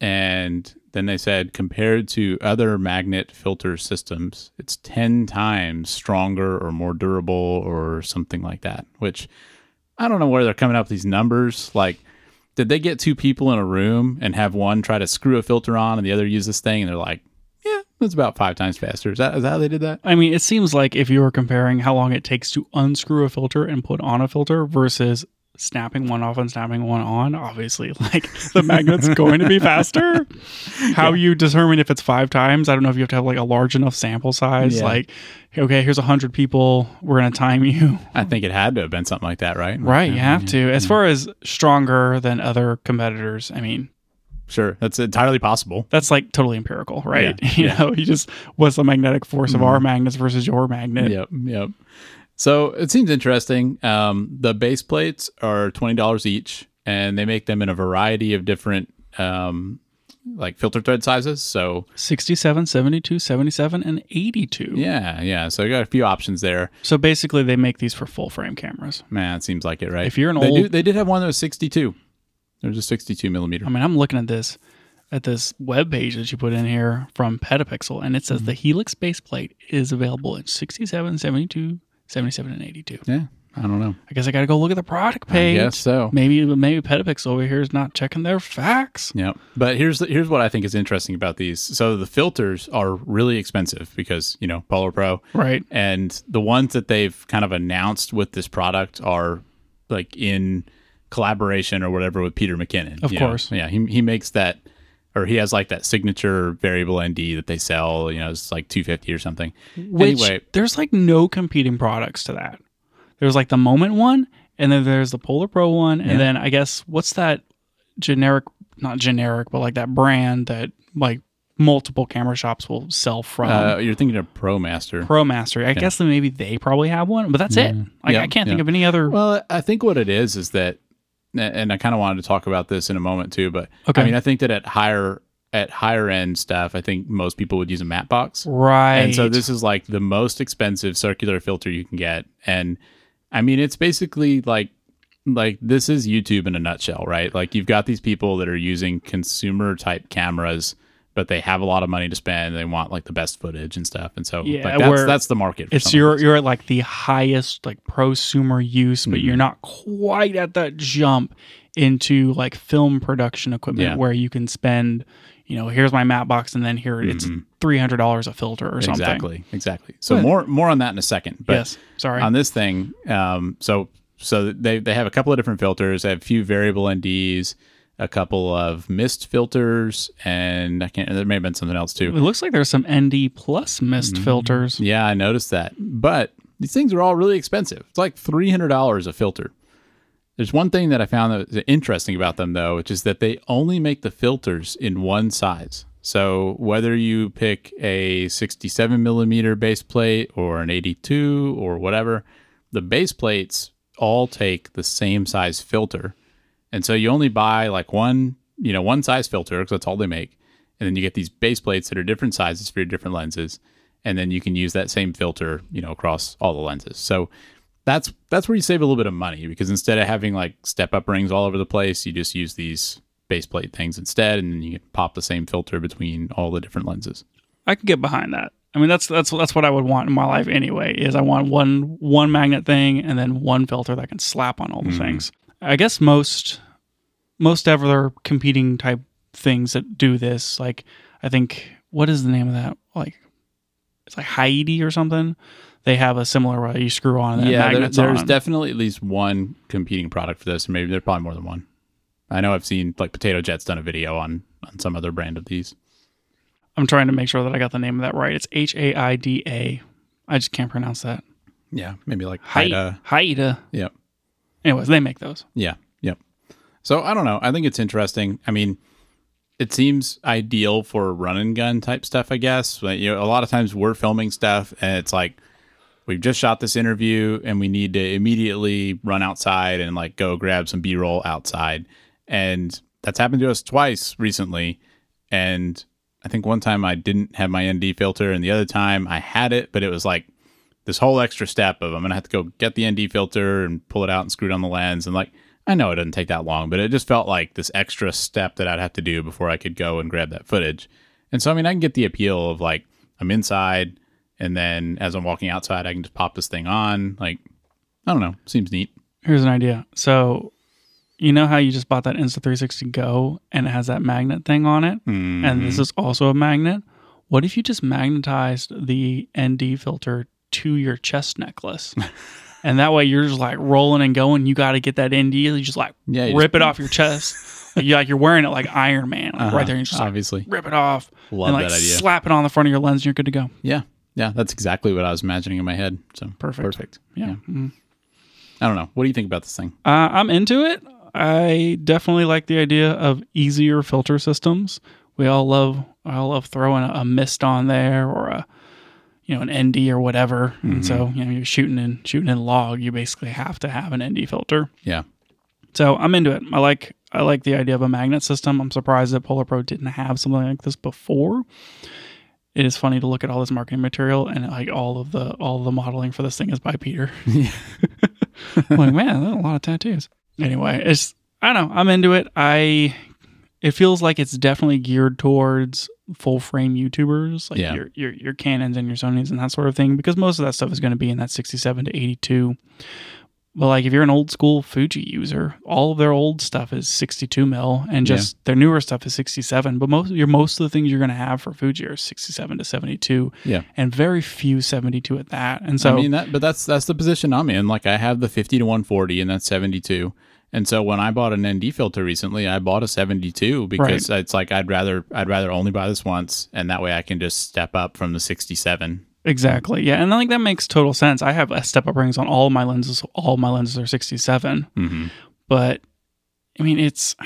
[SPEAKER 2] and then they said compared to other magnet filter systems it's 10 times stronger or more durable or something like that which i don't know where they're coming up with these numbers like did they get two people in a room and have one try to screw a filter on and the other use this thing and they're like yeah that's about five times faster is that, is that how they did that
[SPEAKER 1] I mean, it seems like if you were comparing how long it takes to unscrew a filter and put on a filter versus snapping one off and snapping one on, obviously, like the magnet's going to be faster. How you determine if it's five times, I don't know if you have to have like a large enough sample size.
[SPEAKER 2] Yeah.
[SPEAKER 1] Like, okay, here's 100 people, we're going to time you.
[SPEAKER 2] I think it had to have been something like that, right?
[SPEAKER 1] Right, you have to. As far as stronger than other competitors, I mean,
[SPEAKER 2] Sure. That's entirely possible.
[SPEAKER 1] that's like totally empirical, right?
[SPEAKER 2] Yeah,
[SPEAKER 1] You
[SPEAKER 2] yeah. Mm-hmm.
[SPEAKER 1] know, you just, what's the magnetic force of our magnets versus your magnet?
[SPEAKER 2] Yep. Yep. So it seems interesting. Um, the base plates are $20 each, and they make them in a variety of different um, like filter thread sizes. So
[SPEAKER 1] 67, 72, 77, and 82.
[SPEAKER 2] yeah, yeah. So you got a few options there.
[SPEAKER 1] So basically, they make these for full frame cameras.
[SPEAKER 2] Man, it seems like it, right?
[SPEAKER 1] If you're an
[SPEAKER 2] they do,
[SPEAKER 1] old-
[SPEAKER 2] they did have one that was 62. There's a 62 millimeter.
[SPEAKER 1] I mean, I'm looking at this at this web page that you put in here from Petapixel, and it
[SPEAKER 2] Mm-hmm.
[SPEAKER 1] says the Helix base plate is available in 67, 72, 77, and 82.
[SPEAKER 2] Yeah. I don't know.
[SPEAKER 1] I guess I got to go look at the product page.
[SPEAKER 2] guess so.
[SPEAKER 1] Maybe maybe Petapixel over here is not checking their facts.
[SPEAKER 2] Yeah, but here's the, here's what I think is interesting about these. So the filters are really expensive because you know Polar Pro,
[SPEAKER 1] Right.
[SPEAKER 2] and the ones that they've kind of announced with this product are like in collaboration or whatever with Peter McKinnon.
[SPEAKER 1] Of
[SPEAKER 2] you know?
[SPEAKER 1] course.
[SPEAKER 2] yeah, he he makes that or he has like that signature variable ND that they sell. You know, it's like two fifty or something.
[SPEAKER 1] Which
[SPEAKER 2] anyway,
[SPEAKER 1] there's like no competing products to that. There's like the Moment one, and then there's the Polar Pro one, and then I guess what's that generic, not generic, but like that brand that like multiple camera shops will sell from.
[SPEAKER 2] uh, you're thinking of Pro Master.
[SPEAKER 1] Pro Master. I guess then maybe they probably have one, but that's it. Like
[SPEAKER 2] Mm, Yeah,
[SPEAKER 1] I can't think
[SPEAKER 2] yeah.
[SPEAKER 1] of any other.
[SPEAKER 2] Well, I think what it is is that, and I kind of wanted to talk about this in a moment too, but
[SPEAKER 1] Okay.
[SPEAKER 2] I mean, I think that at higher at higher end stuff, I think most people would use a matte box,
[SPEAKER 1] right.
[SPEAKER 2] and so this is like the most expensive circular filter you can get, and I mean, it's basically like like this is YouTube in a nutshell, right? Like you've got these people that are using consumer type cameras. But they have a lot of money to spend. They want like the best footage and stuff, and so
[SPEAKER 1] Yeah,
[SPEAKER 2] like, that's
[SPEAKER 1] where
[SPEAKER 2] that's the market. for
[SPEAKER 1] it's
[SPEAKER 2] something
[SPEAKER 1] your
[SPEAKER 2] like
[SPEAKER 1] you're at like the highest like prosumer use, but
[SPEAKER 2] Mm-hmm.
[SPEAKER 1] you're not quite at that jump into like film production equipment
[SPEAKER 2] Yeah.
[SPEAKER 1] where you can spend, you know, here's my matte box and then here it's three hundred dollars a filter or something.
[SPEAKER 2] Mm-hmm. Exactly, exactly. So more more on that in a second. But
[SPEAKER 1] Yes. Sorry.
[SPEAKER 2] on this thing, um, so so they they have a couple of different filters. They have a few variable NDs, a couple of mist filters, and I can't. There may have been something else
[SPEAKER 1] it
[SPEAKER 2] too.
[SPEAKER 1] looks like there's some ND plus mist
[SPEAKER 2] Mm-hmm.
[SPEAKER 1] filters.
[SPEAKER 2] Yeah, I noticed that. But these things are all really expensive. It's like three hundred dollars a filter. There's one thing that I found that was interesting about them though, which is that they only make the filters in one size. So whether you pick a 67 millimeter base plate or an 82 or whatever, the base plates all take the same size filter. And so you only buy like one, you know, one size filter because that's all they make. And then you get these base plates that are different sizes for your different lenses. And then you can use that same filter, you know, across all the lenses. So that's that's where you save a little bit of money because instead of having like step up rings all over the place, you just use these base plate things instead, and then you can pop the same filter between all the different lenses.
[SPEAKER 1] I could get behind that. I mean, that's that's that's what I would want in my life anyway. Is I want one one magnet thing and then one filter that can slap on all the
[SPEAKER 2] Mhm.
[SPEAKER 1] things. I guess most most other competing type things that do this, like I think what is the name of that? Like it's like Heidi or something. They have a similar where you screw on and then
[SPEAKER 2] yeah, there-
[SPEAKER 1] magnets
[SPEAKER 2] there's
[SPEAKER 1] on.
[SPEAKER 2] definitely at least one competing product for this, or maybe there's probably more than one. I know I've seen like Potato Jet's done a video on on some other brand of these.
[SPEAKER 1] I'm trying to make sure that I got the name of that right. It's H A I D A. I just can't pronounce that.
[SPEAKER 2] Yeah, maybe like
[SPEAKER 1] Haida.
[SPEAKER 2] Haida.
[SPEAKER 1] Haida.
[SPEAKER 2] Yep.
[SPEAKER 1] Anyways, they make those.
[SPEAKER 2] Yeah. Yep. So I don't know. I think it's interesting. I mean, it seems ideal for run and gun type stuff, I guess. But, you know, a lot of times we're filming stuff and it's like we've just shot this interview and we need to immediately run outside and like go grab some B-roll outside. And that's happened to us twice recently. And I think one time I didn't have my ND filter and the other time I had it, but it was like this whole extra step of I'm gonna have to go get the ND filter and pull it out and screw it on the lens and like I know it doesn't take that long, but it just felt like this extra step that I'd have to do before I could go and grab that footage. And so I mean I can get the appeal of like I'm inside and then as I'm walking outside I can just pop this thing on. Like I don't know. Seems neat.
[SPEAKER 1] Here's an idea. So, you know how you just bought that Insta360 Go and it has that magnet thing on it? And
[SPEAKER 2] Mm-hmm.
[SPEAKER 1] this is also a magnet. What if you just magnetized the ND filter to your chest necklace? and that way you're just like rolling and going. You got to get that ND. You just like
[SPEAKER 2] Yeah, you
[SPEAKER 1] rip it off your chest. Like, you're, like you're wearing it like Iron Man like, right there. And you just like,
[SPEAKER 2] obviously.
[SPEAKER 1] rip it off.
[SPEAKER 2] Uh-huh. Love
[SPEAKER 1] and like
[SPEAKER 2] that idea.
[SPEAKER 1] slap it on the front of your lens and you're good to go.
[SPEAKER 2] yeah. Yeah. That's exactly what I was imagining in my head. So
[SPEAKER 1] Perfect.
[SPEAKER 2] Perfect.
[SPEAKER 1] Yeah. Mhm.
[SPEAKER 2] I don't know. What do you think about this thing?
[SPEAKER 1] Uh, I'm into it. I definitely like the idea of easier filter systems. We all love, I love throwing a, a mist on there or a, you know, an ND or whatever. And so, you know, you're shooting in shooting in log. You basically have to have an ND filter.
[SPEAKER 2] Yeah.
[SPEAKER 1] So I'm into it. I like I like the idea of a magnet system. I'm surprised that Polar Pro didn't have something like this before. It is funny to look at all this marketing material and like all of the all the modeling for this thing is by Peter. I'm like man, that's a lot of tattoos. Anyway, it's I don't know. I'm into it. I it feels like it's definitely geared towards full frame YouTubers, like
[SPEAKER 2] Yeah.
[SPEAKER 1] your your your Canons and your Sonys and that sort of thing, because most of that stuff is going to be in that 67 to 82. But like if you're an old school Fuji user, all of their old stuff is 62 mil, and
[SPEAKER 2] Yeah.
[SPEAKER 1] just their newer stuff is 67. But most your most of the things you're going to have for Fuji are 67 to 72.
[SPEAKER 2] Yeah.
[SPEAKER 1] and very few 72 at that. And so
[SPEAKER 2] I mean that, but that's that's the position I'm in. Like I have the 50 to 140, and that's 72. And so when I bought an ND filter recently, I bought a 72 because it's like I'd rather I'd rather only buy this once, and that way I can just step up from the 67.
[SPEAKER 1] Exactly. Yeah, and I think that makes total sense. I have a step up rings on all my lenses. so All my lenses are 67.
[SPEAKER 2] Mm-hmm.
[SPEAKER 1] But I mean, it's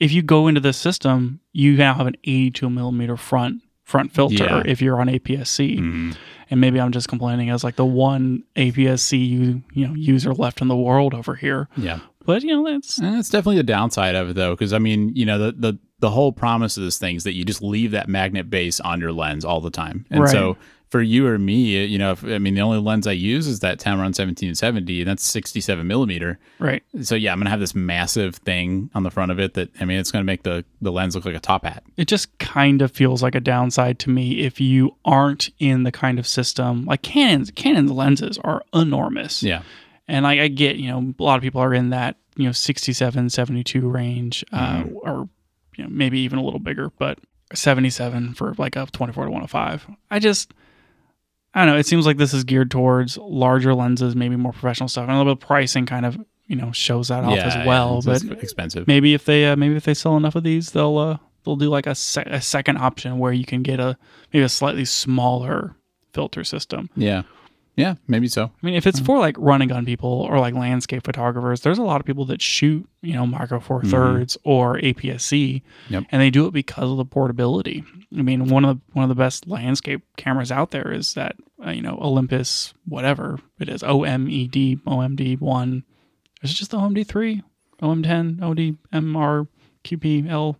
[SPEAKER 1] if you go into this system, you now have an 82 millimeter front front filter
[SPEAKER 2] Yeah. Mm.
[SPEAKER 1] if you're on APS-C.
[SPEAKER 2] Mm-hmm.
[SPEAKER 1] And maybe I'm just complaining as like the one APS-C you, you know user left in the world over here.
[SPEAKER 2] Yeah,
[SPEAKER 1] But you know that's
[SPEAKER 2] and that's definitely the downside of it though, because I mean, you know, the the the whole promise of this thing is that you just leave that magnet base on your lens all the time, and
[SPEAKER 1] Right.
[SPEAKER 2] so. For you or me, you know, if, I mean, the only lens I use is that Tamron 1770, and that's 67 millimeter.
[SPEAKER 1] right.
[SPEAKER 2] so yeah, I'm gonna have this massive thing on the front of it that I mean it's gonna make the the lens look like a top hat.
[SPEAKER 1] it just kind of feels like a downside to me if you aren't in the kind of system like Canon's Canon's lenses are enormous.
[SPEAKER 2] Yeah.
[SPEAKER 1] And I, I get, you know, a lot of people are in that, you know, 67, 72 range, uh,
[SPEAKER 2] Mm-hmm.
[SPEAKER 1] or you know, maybe even a little bigger, but 77 for like a 24 to 105. I just, I don't know. It seems like this is geared towards larger lenses, maybe more professional stuff. And a little bit of pricing kind of, you know, shows that off
[SPEAKER 2] yeah,
[SPEAKER 1] as well.
[SPEAKER 2] yeah, it's-
[SPEAKER 1] but
[SPEAKER 2] it's expensive.
[SPEAKER 1] maybe if they uh, maybe if they sell enough of these, they'll uh, they'll do like a, se- a second option where you can get a maybe a slightly smaller filter system.
[SPEAKER 2] Yeah. Yeah, maybe so.
[SPEAKER 1] I mean, if it's for like running gun people or like landscape photographers, there's a lot of people that shoot, you know, micro 4 thirds or APS-C,
[SPEAKER 2] Mm-hmm. Yep.
[SPEAKER 1] and they do it because of the portability. I mean, one of the one of the best landscape cameras out there is that uh, you know Olympus whatever it is E OMED OMD one. Is it just the OMD three, OM ten, OD MR QPL?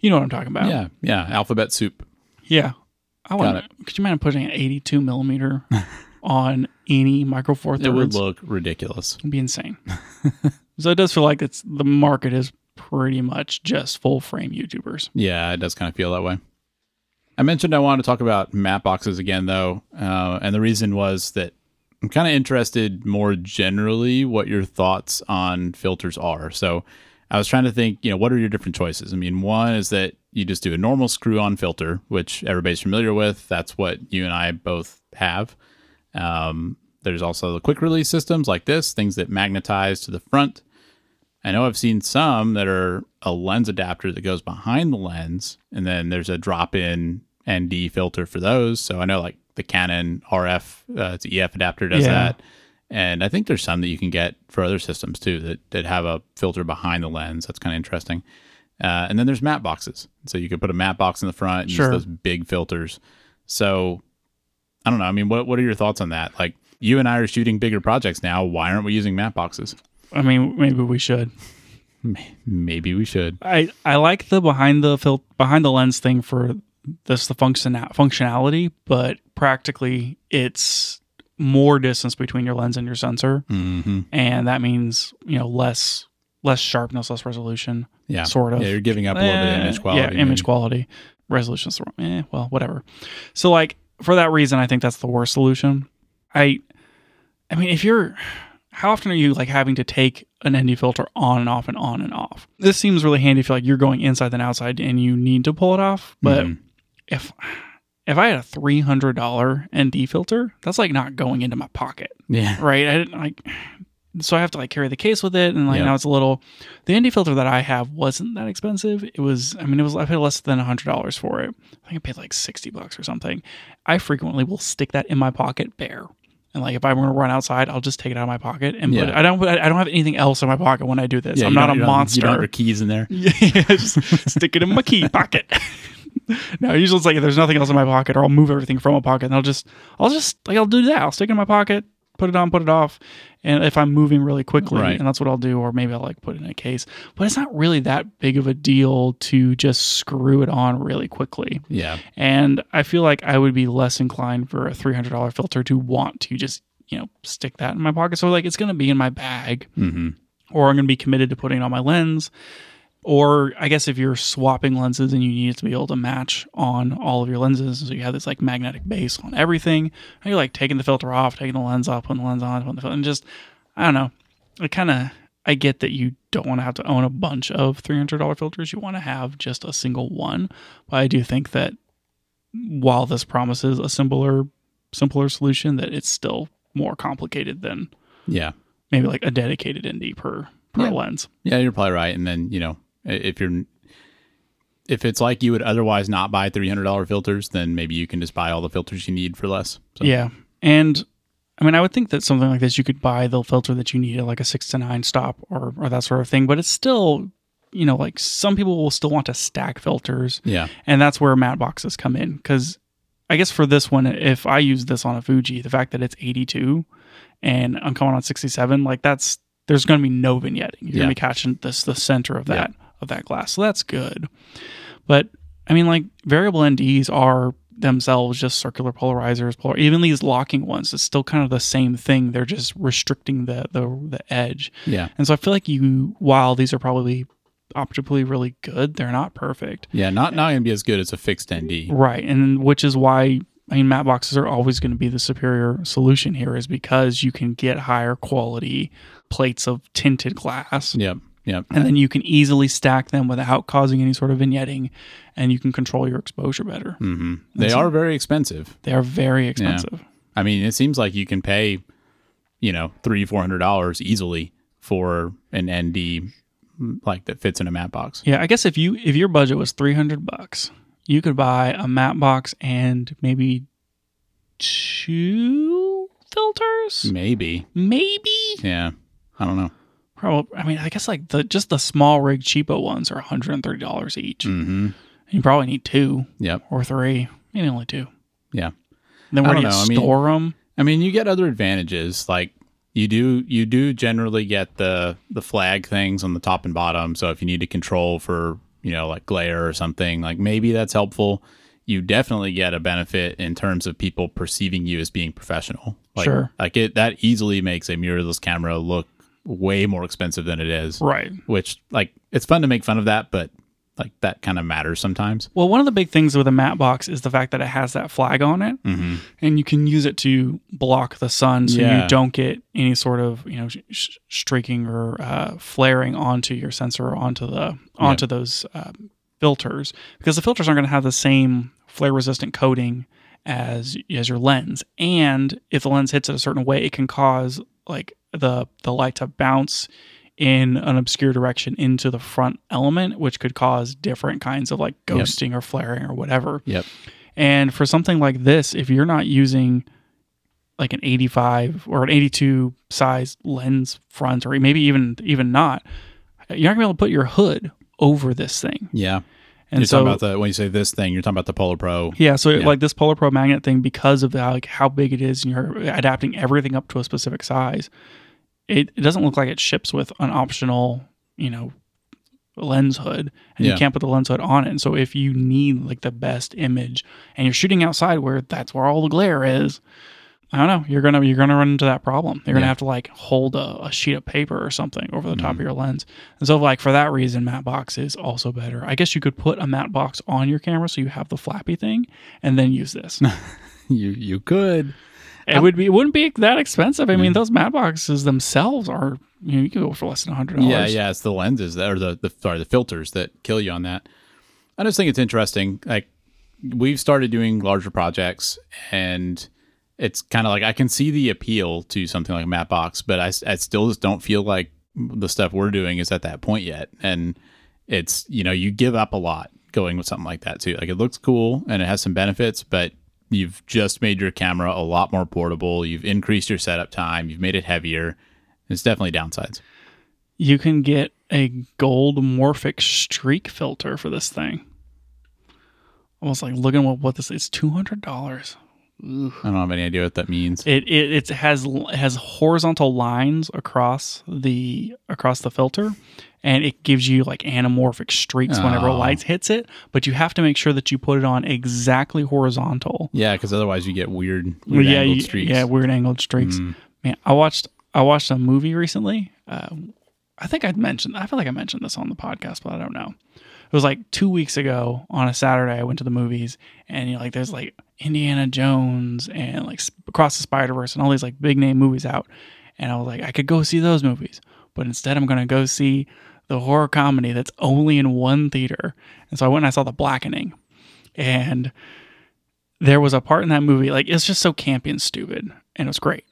[SPEAKER 1] You know what I'm talking about?
[SPEAKER 2] Yeah, yeah. Alphabet soup.
[SPEAKER 1] Yeah. I want.
[SPEAKER 2] Got
[SPEAKER 1] Could you mind putting an 82 millimeter on any micro four
[SPEAKER 2] It would
[SPEAKER 1] thirds?
[SPEAKER 2] look ridiculous.
[SPEAKER 1] It'd be insane. so it does feel like it's the market is pretty much just full frame YouTubers.
[SPEAKER 2] Yeah, it does kind of feel that way. I mentioned I wanted to talk about map boxes again, though, uh, and the reason was that I'm kind of interested more generally what your thoughts on filters are. So I was trying to think, you know, what are your different choices? I mean, one is that you just do a normal screw on filter, which everybody's familiar with. That's what you and I both have. Um, there's also the quick release systems like this, things that magnetize to the front. I know I've seen some that are a lens adapter that goes behind the lens, and then there's a drop in ND filter for those. So I know like the Canon RF, uh, it's an EF adapter does
[SPEAKER 1] Yeah.
[SPEAKER 2] that. And I think there's some that you can get for other systems too that, that have a filter behind the lens. That's kind of interesting. Uh, and then there's map boxes. So you could put a map box in the front and
[SPEAKER 1] Sure.
[SPEAKER 2] use those big filters. So I don't know. I mean, what, what are your thoughts on that? Like, you and I are shooting bigger projects now. Why aren't we using map boxes?
[SPEAKER 1] I mean, maybe we should.
[SPEAKER 2] May- Maybe we should.
[SPEAKER 1] I I like the behind the fil- behind the lens thing for this the function functionality, but practically it's more distance between your lens and your sensor,
[SPEAKER 2] Mm-hmm.
[SPEAKER 1] and that means you know less less sharpness, less resolution.
[SPEAKER 2] Yeah,
[SPEAKER 1] Sort of.
[SPEAKER 2] Yeah, you're giving up a little bit of
[SPEAKER 1] Eh,
[SPEAKER 2] image quality.
[SPEAKER 1] Yeah, image
[SPEAKER 2] maybe.
[SPEAKER 1] quality. Resolution's the wrong. Eh, well, whatever. So like for that reason, I think that's the worst solution. I, I mean, if you're, how often are you like having to take an ND filter on and off and on and off? This seems really handy if you're like you're going inside and outside and you need to pull it off. But
[SPEAKER 2] Mhm.
[SPEAKER 1] if if I had a three hundred dollar ND filter, that's like not going into my pocket
[SPEAKER 2] Yeah,
[SPEAKER 1] right? I didn't like, so I have to like carry the case with it, and like
[SPEAKER 2] Yeah.
[SPEAKER 1] now it's a little. The indie filter that I have wasn't that expensive. It was, I mean, it was I paid less than hundred dollars for it. I think I paid like sixty bucks or something. I frequently will stick that in my pocket bare, and like if I'm gonna run outside, I'll just take it out of my pocket and put
[SPEAKER 2] Yeah.
[SPEAKER 1] it, I don't I don't have anything else in my pocket when I do this.
[SPEAKER 2] Yeah,
[SPEAKER 1] I'm
[SPEAKER 2] you
[SPEAKER 1] not a
[SPEAKER 2] don't- you don't-
[SPEAKER 1] monster.
[SPEAKER 2] You don't have your keys in there.
[SPEAKER 1] Yeah, just stick it in my key pocket. no, usually it's like if there's nothing else in my pocket, or I'll move everything from a pocket, and I'll just, I'll just like I'll do that. I'll stick it in my pocket, put it on, put it off, and if I'm moving really quickly,
[SPEAKER 2] Right.
[SPEAKER 1] and that's what I'll do, or maybe I'll like put it in a case. But it's not really that big of a deal to just screw it on really quickly.
[SPEAKER 2] Yeah,
[SPEAKER 1] And I feel like I would be less inclined for a three hundred dollar filter to want to just you know stick that in my pocket. So like it's gonna be in my bag
[SPEAKER 2] hmm
[SPEAKER 1] or I'm going to be committed to putting it on my lens. Or I guess if you're swapping lenses and you need it to be able to match on all of your lenses, so you have this like magnetic base on everything, and you're like taking the filter off, taking the lens off, putting the lens on, putting the filter, and just I don't know. It kind of I get that you don't want to have to own a bunch of three hundred dollar filters. You want to have just a single one, but I do think that while this promises a simpler simpler solution, that it's still more complicated than
[SPEAKER 2] yeah,
[SPEAKER 1] maybe like a dedicated ND per per
[SPEAKER 2] Yeah.
[SPEAKER 1] lens.
[SPEAKER 2] yeah. You're probably right. And then you know, i- if you're if it's like you would otherwise not buy three hundred dollar filters, then maybe you can just buy all the filters you need for less. So,
[SPEAKER 1] Yeah, and I mean, I would think that something like this, you could buy the filter that you needed, like a six to nine stop or or that sort of thing. But it's still, you know, like some people will still want to stack filters,
[SPEAKER 2] yeah,
[SPEAKER 1] and that's where matte boxes come in. Because I guess for this one, if I use this on a Fuji, the fact that it's eighty two, and I'm coming on sixty seven, like that's there's going to be no vignetting. You're
[SPEAKER 2] Yeah.
[SPEAKER 1] going to be catching this the center of
[SPEAKER 2] Yeah.
[SPEAKER 1] that of that glass, so that's good. But I mean, like variable NDs are themselves just circular polarizers, polar, even these locking ones. It's still kind of the same thing. They're just restricting the the, the edge.
[SPEAKER 2] yeah,
[SPEAKER 1] And so I feel like you, while these are probably optically really good, they're not perfect,
[SPEAKER 2] yeah. Not not gonna be as good as a fixed ND.
[SPEAKER 1] right? And which is why. I mean, matte boxes are always going to be the superior solution here, is because you can get higher quality plates of tinted glass
[SPEAKER 2] Yep, yep.
[SPEAKER 1] and then you can easily stack them without causing any sort of vignetting and you can control your exposure better
[SPEAKER 2] hmm They are very expensive.
[SPEAKER 1] they are very expensive
[SPEAKER 2] I mean, it seems like you can pay, you know, three four hundred dollars easily for an ND like that fits in a mat box.
[SPEAKER 1] yeah. i guess if you if your budget was 300 bucks you could buy a matte box and maybe two filters?
[SPEAKER 2] Maybe.
[SPEAKER 1] Maybe.
[SPEAKER 2] Yeah. I don't know.
[SPEAKER 1] Probably. I mean, I guess like the just the small rig cheapo ones are one hundred and thirty dollars each.
[SPEAKER 2] Mm-hmm.
[SPEAKER 1] You probably need two
[SPEAKER 2] Yep.
[SPEAKER 1] or three. Maybe only two.
[SPEAKER 2] Yeah.
[SPEAKER 1] Then
[SPEAKER 2] I
[SPEAKER 1] where do
[SPEAKER 2] don't
[SPEAKER 1] you
[SPEAKER 2] know. I mean-
[SPEAKER 1] store them?
[SPEAKER 2] I mean, you get other advantages. Like you do, you do generally get the the flag things on the top and bottom. So if you need to control for you know like glare or something, like maybe that's helpful. You definitely get a benefit in terms of people perceiving you as being professional. Like,
[SPEAKER 1] Sure.
[SPEAKER 2] Like it that easily makes a mirrorless camera look way more expensive than it is.
[SPEAKER 1] Right.
[SPEAKER 2] Which like it's fun to make fun of that, but like that kind of matters sometimes.
[SPEAKER 1] Well, one of the big things with a matte box is the fact that it has that flag on it,
[SPEAKER 2] Mm-hmm.
[SPEAKER 1] and you can use it to block the sun, so
[SPEAKER 2] Yeah.
[SPEAKER 1] you don't get any sort of you know sh- sh- streaking or uh, flaring onto your sensor or onto the onto those um, filters because the filters aren't going to have the same flare resistant coating as as your lens, and if the lens hits it a certain way, it can cause like the the light to bounce in an obscure direction into the front element which could cause different kinds of like ghosting or flaring or whatever
[SPEAKER 2] Yep.
[SPEAKER 1] and for something like this, if you're not using like an 85 or an 82 size lens front, or maybe even even not, you're not gonna be able to put your hood over this thing.
[SPEAKER 2] Yeah.
[SPEAKER 1] And
[SPEAKER 2] you're
[SPEAKER 1] so,
[SPEAKER 2] talking about the when you say this thing, you're talking about the Polar Pro.
[SPEAKER 1] yeah, so
[SPEAKER 2] yeah.
[SPEAKER 1] like this Polar Pro magnet thing, because of how, like how big it is, and you're adapting everything up to a specific size, it, it doesn't look like it ships with an optional, you know, lens hood, and
[SPEAKER 2] Yeah.
[SPEAKER 1] you can't put the lens hood on it. And so if you need like the best image, and you're shooting outside where that's where all the glare is, I don't know, you're gonna you're gonna run into that problem. You're gonna
[SPEAKER 2] Yeah. Mm-hmm.
[SPEAKER 1] have to like hold a, a sheet of paper or something over the top of your lens. And so like for that reason, matte box is also better. I guess you could put a matte box on your camera so you have the flappy thing, and then use this.
[SPEAKER 2] You you could.
[SPEAKER 1] it would be it wouldn't be that expensive. I mean,
[SPEAKER 2] Mm.
[SPEAKER 1] those matte boxes themselves are you know you can go for less than hundred dollars.
[SPEAKER 2] Yeah, yeah, it's the lenses that or the, the sorry, the filters that kill you on that. I just think it's interesting. Like we've started doing larger projects and it's kind of like I can see the appeal to something like Mapbox, but I, s- I still just don't feel like the stuff we're doing is at that point yet. And it's, you know, you give up a lot going with something like that too. Like it looks cool and it has some benefits, but you've just made your camera a lot more portable. You've increased your setup time. You've made it heavier. It's definitely downsides.
[SPEAKER 1] you can get a gold morphic streak filter for this thing. Almost like looking what what this is two hundred dollars.
[SPEAKER 2] I don't have any idea what that means.
[SPEAKER 1] It it it has it has horizontal lines across the across the filter, and it gives you like anamorphic streaks whenever
[SPEAKER 2] Oh.
[SPEAKER 1] light hits it. But you have to make sure that you put it on exactly horizontal.
[SPEAKER 2] yeah, because otherwise you get weird, weird
[SPEAKER 1] yeah,
[SPEAKER 2] angled
[SPEAKER 1] you-
[SPEAKER 2] streaks. Mm.
[SPEAKER 1] yeah, weird angled streaks. Man, I watched I watched a movie recently. Uh, I think I'd mentioned. I feel like I mentioned this on the podcast, but I don't know. It was like two weeks ago on a Saturday. I went to the movies, and you know, like there's like Indiana Jones and like Sp- Across the Spider Verse and all these like big name movies out. And I was like, I could go see those movies, but instead I'm gonna go see the horror comedy that's only in one theater. And so I went and I saw The Blackening, and there was a part in that movie like it's just so campy and stupid, and it was great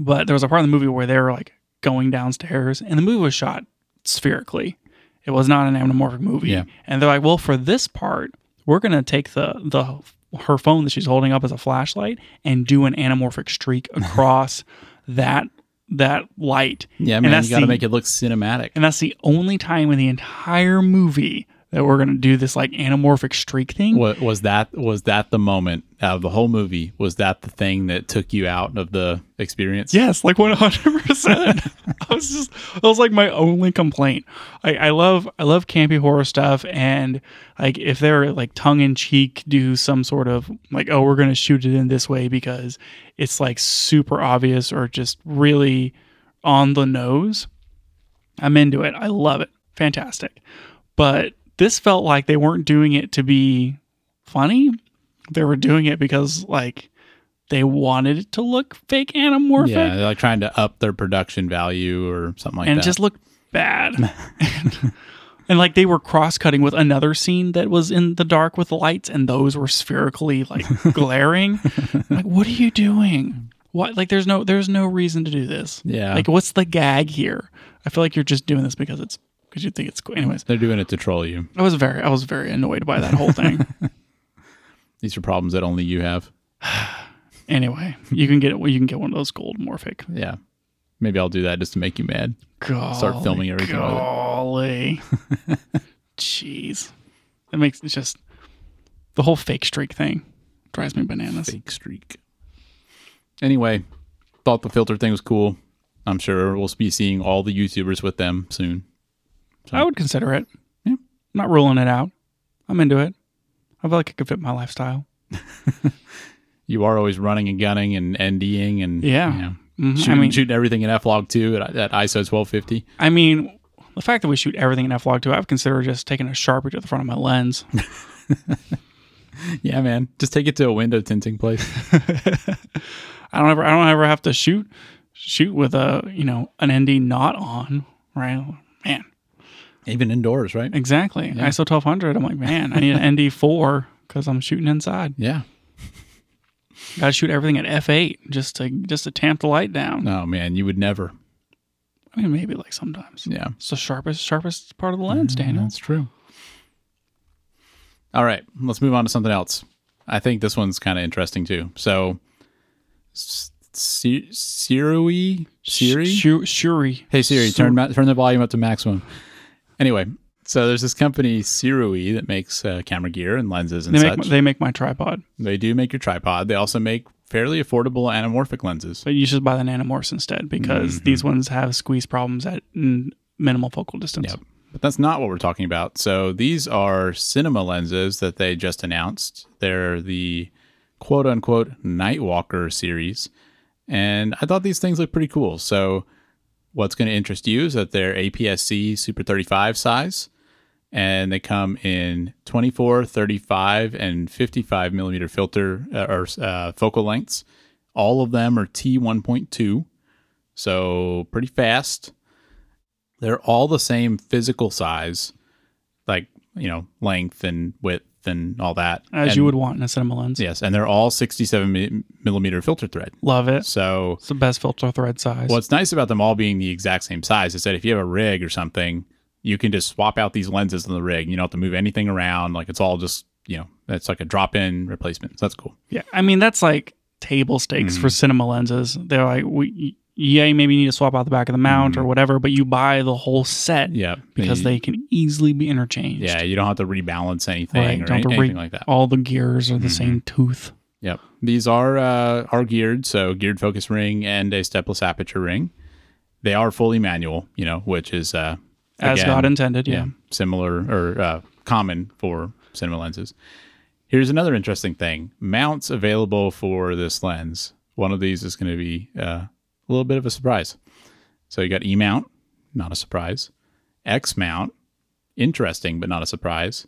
[SPEAKER 1] but there was a part of the movie where they were like going downstairs and the movie was shot spherically it was not an anamorphic movie
[SPEAKER 2] Yeah.
[SPEAKER 1] and they're like well for this part we're going to take the the her phone that she's holding up as a flashlight and do an anamorphic streak across that that light
[SPEAKER 2] yeah,
[SPEAKER 1] And
[SPEAKER 2] man,
[SPEAKER 1] that's
[SPEAKER 2] you got to
[SPEAKER 1] the-
[SPEAKER 2] make it look cinematic.
[SPEAKER 1] and that's the only time in the entire movie that we're going to do this like anamorphic streak thing
[SPEAKER 2] What was that? Was that the moment out of the whole movie? Was that the thing that took you out of the experience?
[SPEAKER 1] Yes, like one hundred percent. I was just that was like my only complaint. I, I love I love campy horror stuff and like if they're like tongue in cheek do some sort of like, oh, we're gonna shoot it in this way because it's like super obvious or just really on the nose. I'm into it. I love it. Fantastic. But this felt like they weren't doing it to be funny. They were doing it because like they wanted it to look fake anamorphic
[SPEAKER 2] yeah, they're like trying to up their production value or something like
[SPEAKER 1] and it
[SPEAKER 2] that.
[SPEAKER 1] just looked bad. and, like they were cross cutting with another scene that was in the dark with lights, and those were spherically like glaring. like, what are you doing? What like there's no there's no reason to do this.
[SPEAKER 2] Yeah.
[SPEAKER 1] Like what's the gag here? I feel like you're just doing this because it's because you think it's cool. Anyways,
[SPEAKER 2] they're doing it to troll you.
[SPEAKER 1] I was very I was very annoyed by that whole thing.
[SPEAKER 2] These are problems that only you have.
[SPEAKER 1] Anyway, you can get it. You can get one of those gold Morphic.
[SPEAKER 2] Yeah. Maybe I'll do that just to make you mad.
[SPEAKER 1] Golly,
[SPEAKER 2] filming everything with it.
[SPEAKER 1] Golly, jeez, that makes it's just the whole fake streak thing drives me bananas.
[SPEAKER 2] Fake streak. Anyway, thought the filter thing was cool. I'm sure we'll be seeing all the YouTubers with them soon.
[SPEAKER 1] I would consider it.
[SPEAKER 2] Yeah.
[SPEAKER 1] I'm not ruling it out. I'm into it. I feel like it could fit my lifestyle.
[SPEAKER 2] You are always running and gunning and NDing and
[SPEAKER 1] Yeah.
[SPEAKER 2] you know,
[SPEAKER 1] Mhm.
[SPEAKER 2] shooting,
[SPEAKER 1] I mean,
[SPEAKER 2] shooting everything in F-Log 2 at, at ISO 1250.
[SPEAKER 1] I mean, the fact that we shoot everything in f log two, I've considered just taking a sharpie to the front of my lens.
[SPEAKER 2] Yeah, man. Just take it to a window tinting place.
[SPEAKER 1] I don't ever, I don't ever have to shoot, shoot with a you know an ND not on, right? Man,
[SPEAKER 2] Even indoors, right?
[SPEAKER 1] exactly. ISO 1200. I'm like, man, I need an ND four because I'm shooting inside.
[SPEAKER 2] Yeah.
[SPEAKER 1] Got to shoot everything at f8 just to just to tamp the light down.
[SPEAKER 2] Oh, man. You would never.
[SPEAKER 1] I mean, maybe like sometimes.
[SPEAKER 2] Yeah.
[SPEAKER 1] It's the sharpest, sharpest part of the lens, Daniel.
[SPEAKER 2] That's true. All right, let's move on to something else. I think this one's kind of interesting too. So, S- Si- Siri, Siri,
[SPEAKER 1] Shu- Shuri.
[SPEAKER 2] hey Siri,
[SPEAKER 1] Su-
[SPEAKER 2] turn ma- turn the volume up to maximum. Anyway, so there's this company Siri that makes uh, camera gear and lenses and
[SPEAKER 1] They make
[SPEAKER 2] such.
[SPEAKER 1] my, they make my tripod,
[SPEAKER 2] they do make your tripod. They also make fairly affordable anamorphic lenses.
[SPEAKER 1] but you should buy the nanomorphs instead because
[SPEAKER 2] Mm-hmm.
[SPEAKER 1] these ones have squeeze problems at n- minimal focal distance.
[SPEAKER 2] Yep. But that's not what we're talking about. So these are cinema lenses that they just announced. They're the quote unquote Nightwalker series. And I thought these things looked pretty cool. So what's going to interest you is that they're APS-C Super 35 size and they come in 24, 35 and 55 millimeter filter uh, or uh, focal lengths. All of them are T1.2. So pretty fast they're all the same physical size, like you know, length and width and all that.
[SPEAKER 1] As
[SPEAKER 2] And-
[SPEAKER 1] you would want in a cinema lens.
[SPEAKER 2] yes, and they're all 67 mi- millimeter filter thread.
[SPEAKER 1] Love it.
[SPEAKER 2] So
[SPEAKER 1] It's the best filter thread size.
[SPEAKER 2] what's nice about them all being the exact same size is that if you have a rig or something, you can just swap out these lenses on the rig. You don't have to move anything around. Like it's all just you know, it's like a drop-in replacement. So that's cool.
[SPEAKER 1] Yeah, I mean that's like table stakes
[SPEAKER 2] Mm-hmm.
[SPEAKER 1] for cinema lenses. They're like, we, yeah, maybe you need to swap out the back of the mount or whatever, but you buy the whole set
[SPEAKER 2] Mm-hmm. Yeah,
[SPEAKER 1] because they can easily be interchanged.
[SPEAKER 2] yeah, you don't have to rebalance anything
[SPEAKER 1] right.
[SPEAKER 2] or
[SPEAKER 1] Don't have to
[SPEAKER 2] any-
[SPEAKER 1] re-
[SPEAKER 2] anything like that. Mm-hmm.
[SPEAKER 1] All the gears are the same tooth.
[SPEAKER 2] Yep. These are uh, are geared, so geared focus ring and a stepless aperture ring. They are fully manual, you know, which is uh,
[SPEAKER 1] As
[SPEAKER 2] again,
[SPEAKER 1] God intended, yeah.
[SPEAKER 2] yeah, similar or uh, common for cinema lenses. Here's another interesting thing: mounts available for this lens. One of these is going to be uh, a little bit of a surprise. So you got E mount, not a surprise. X mount, interesting but not a surprise.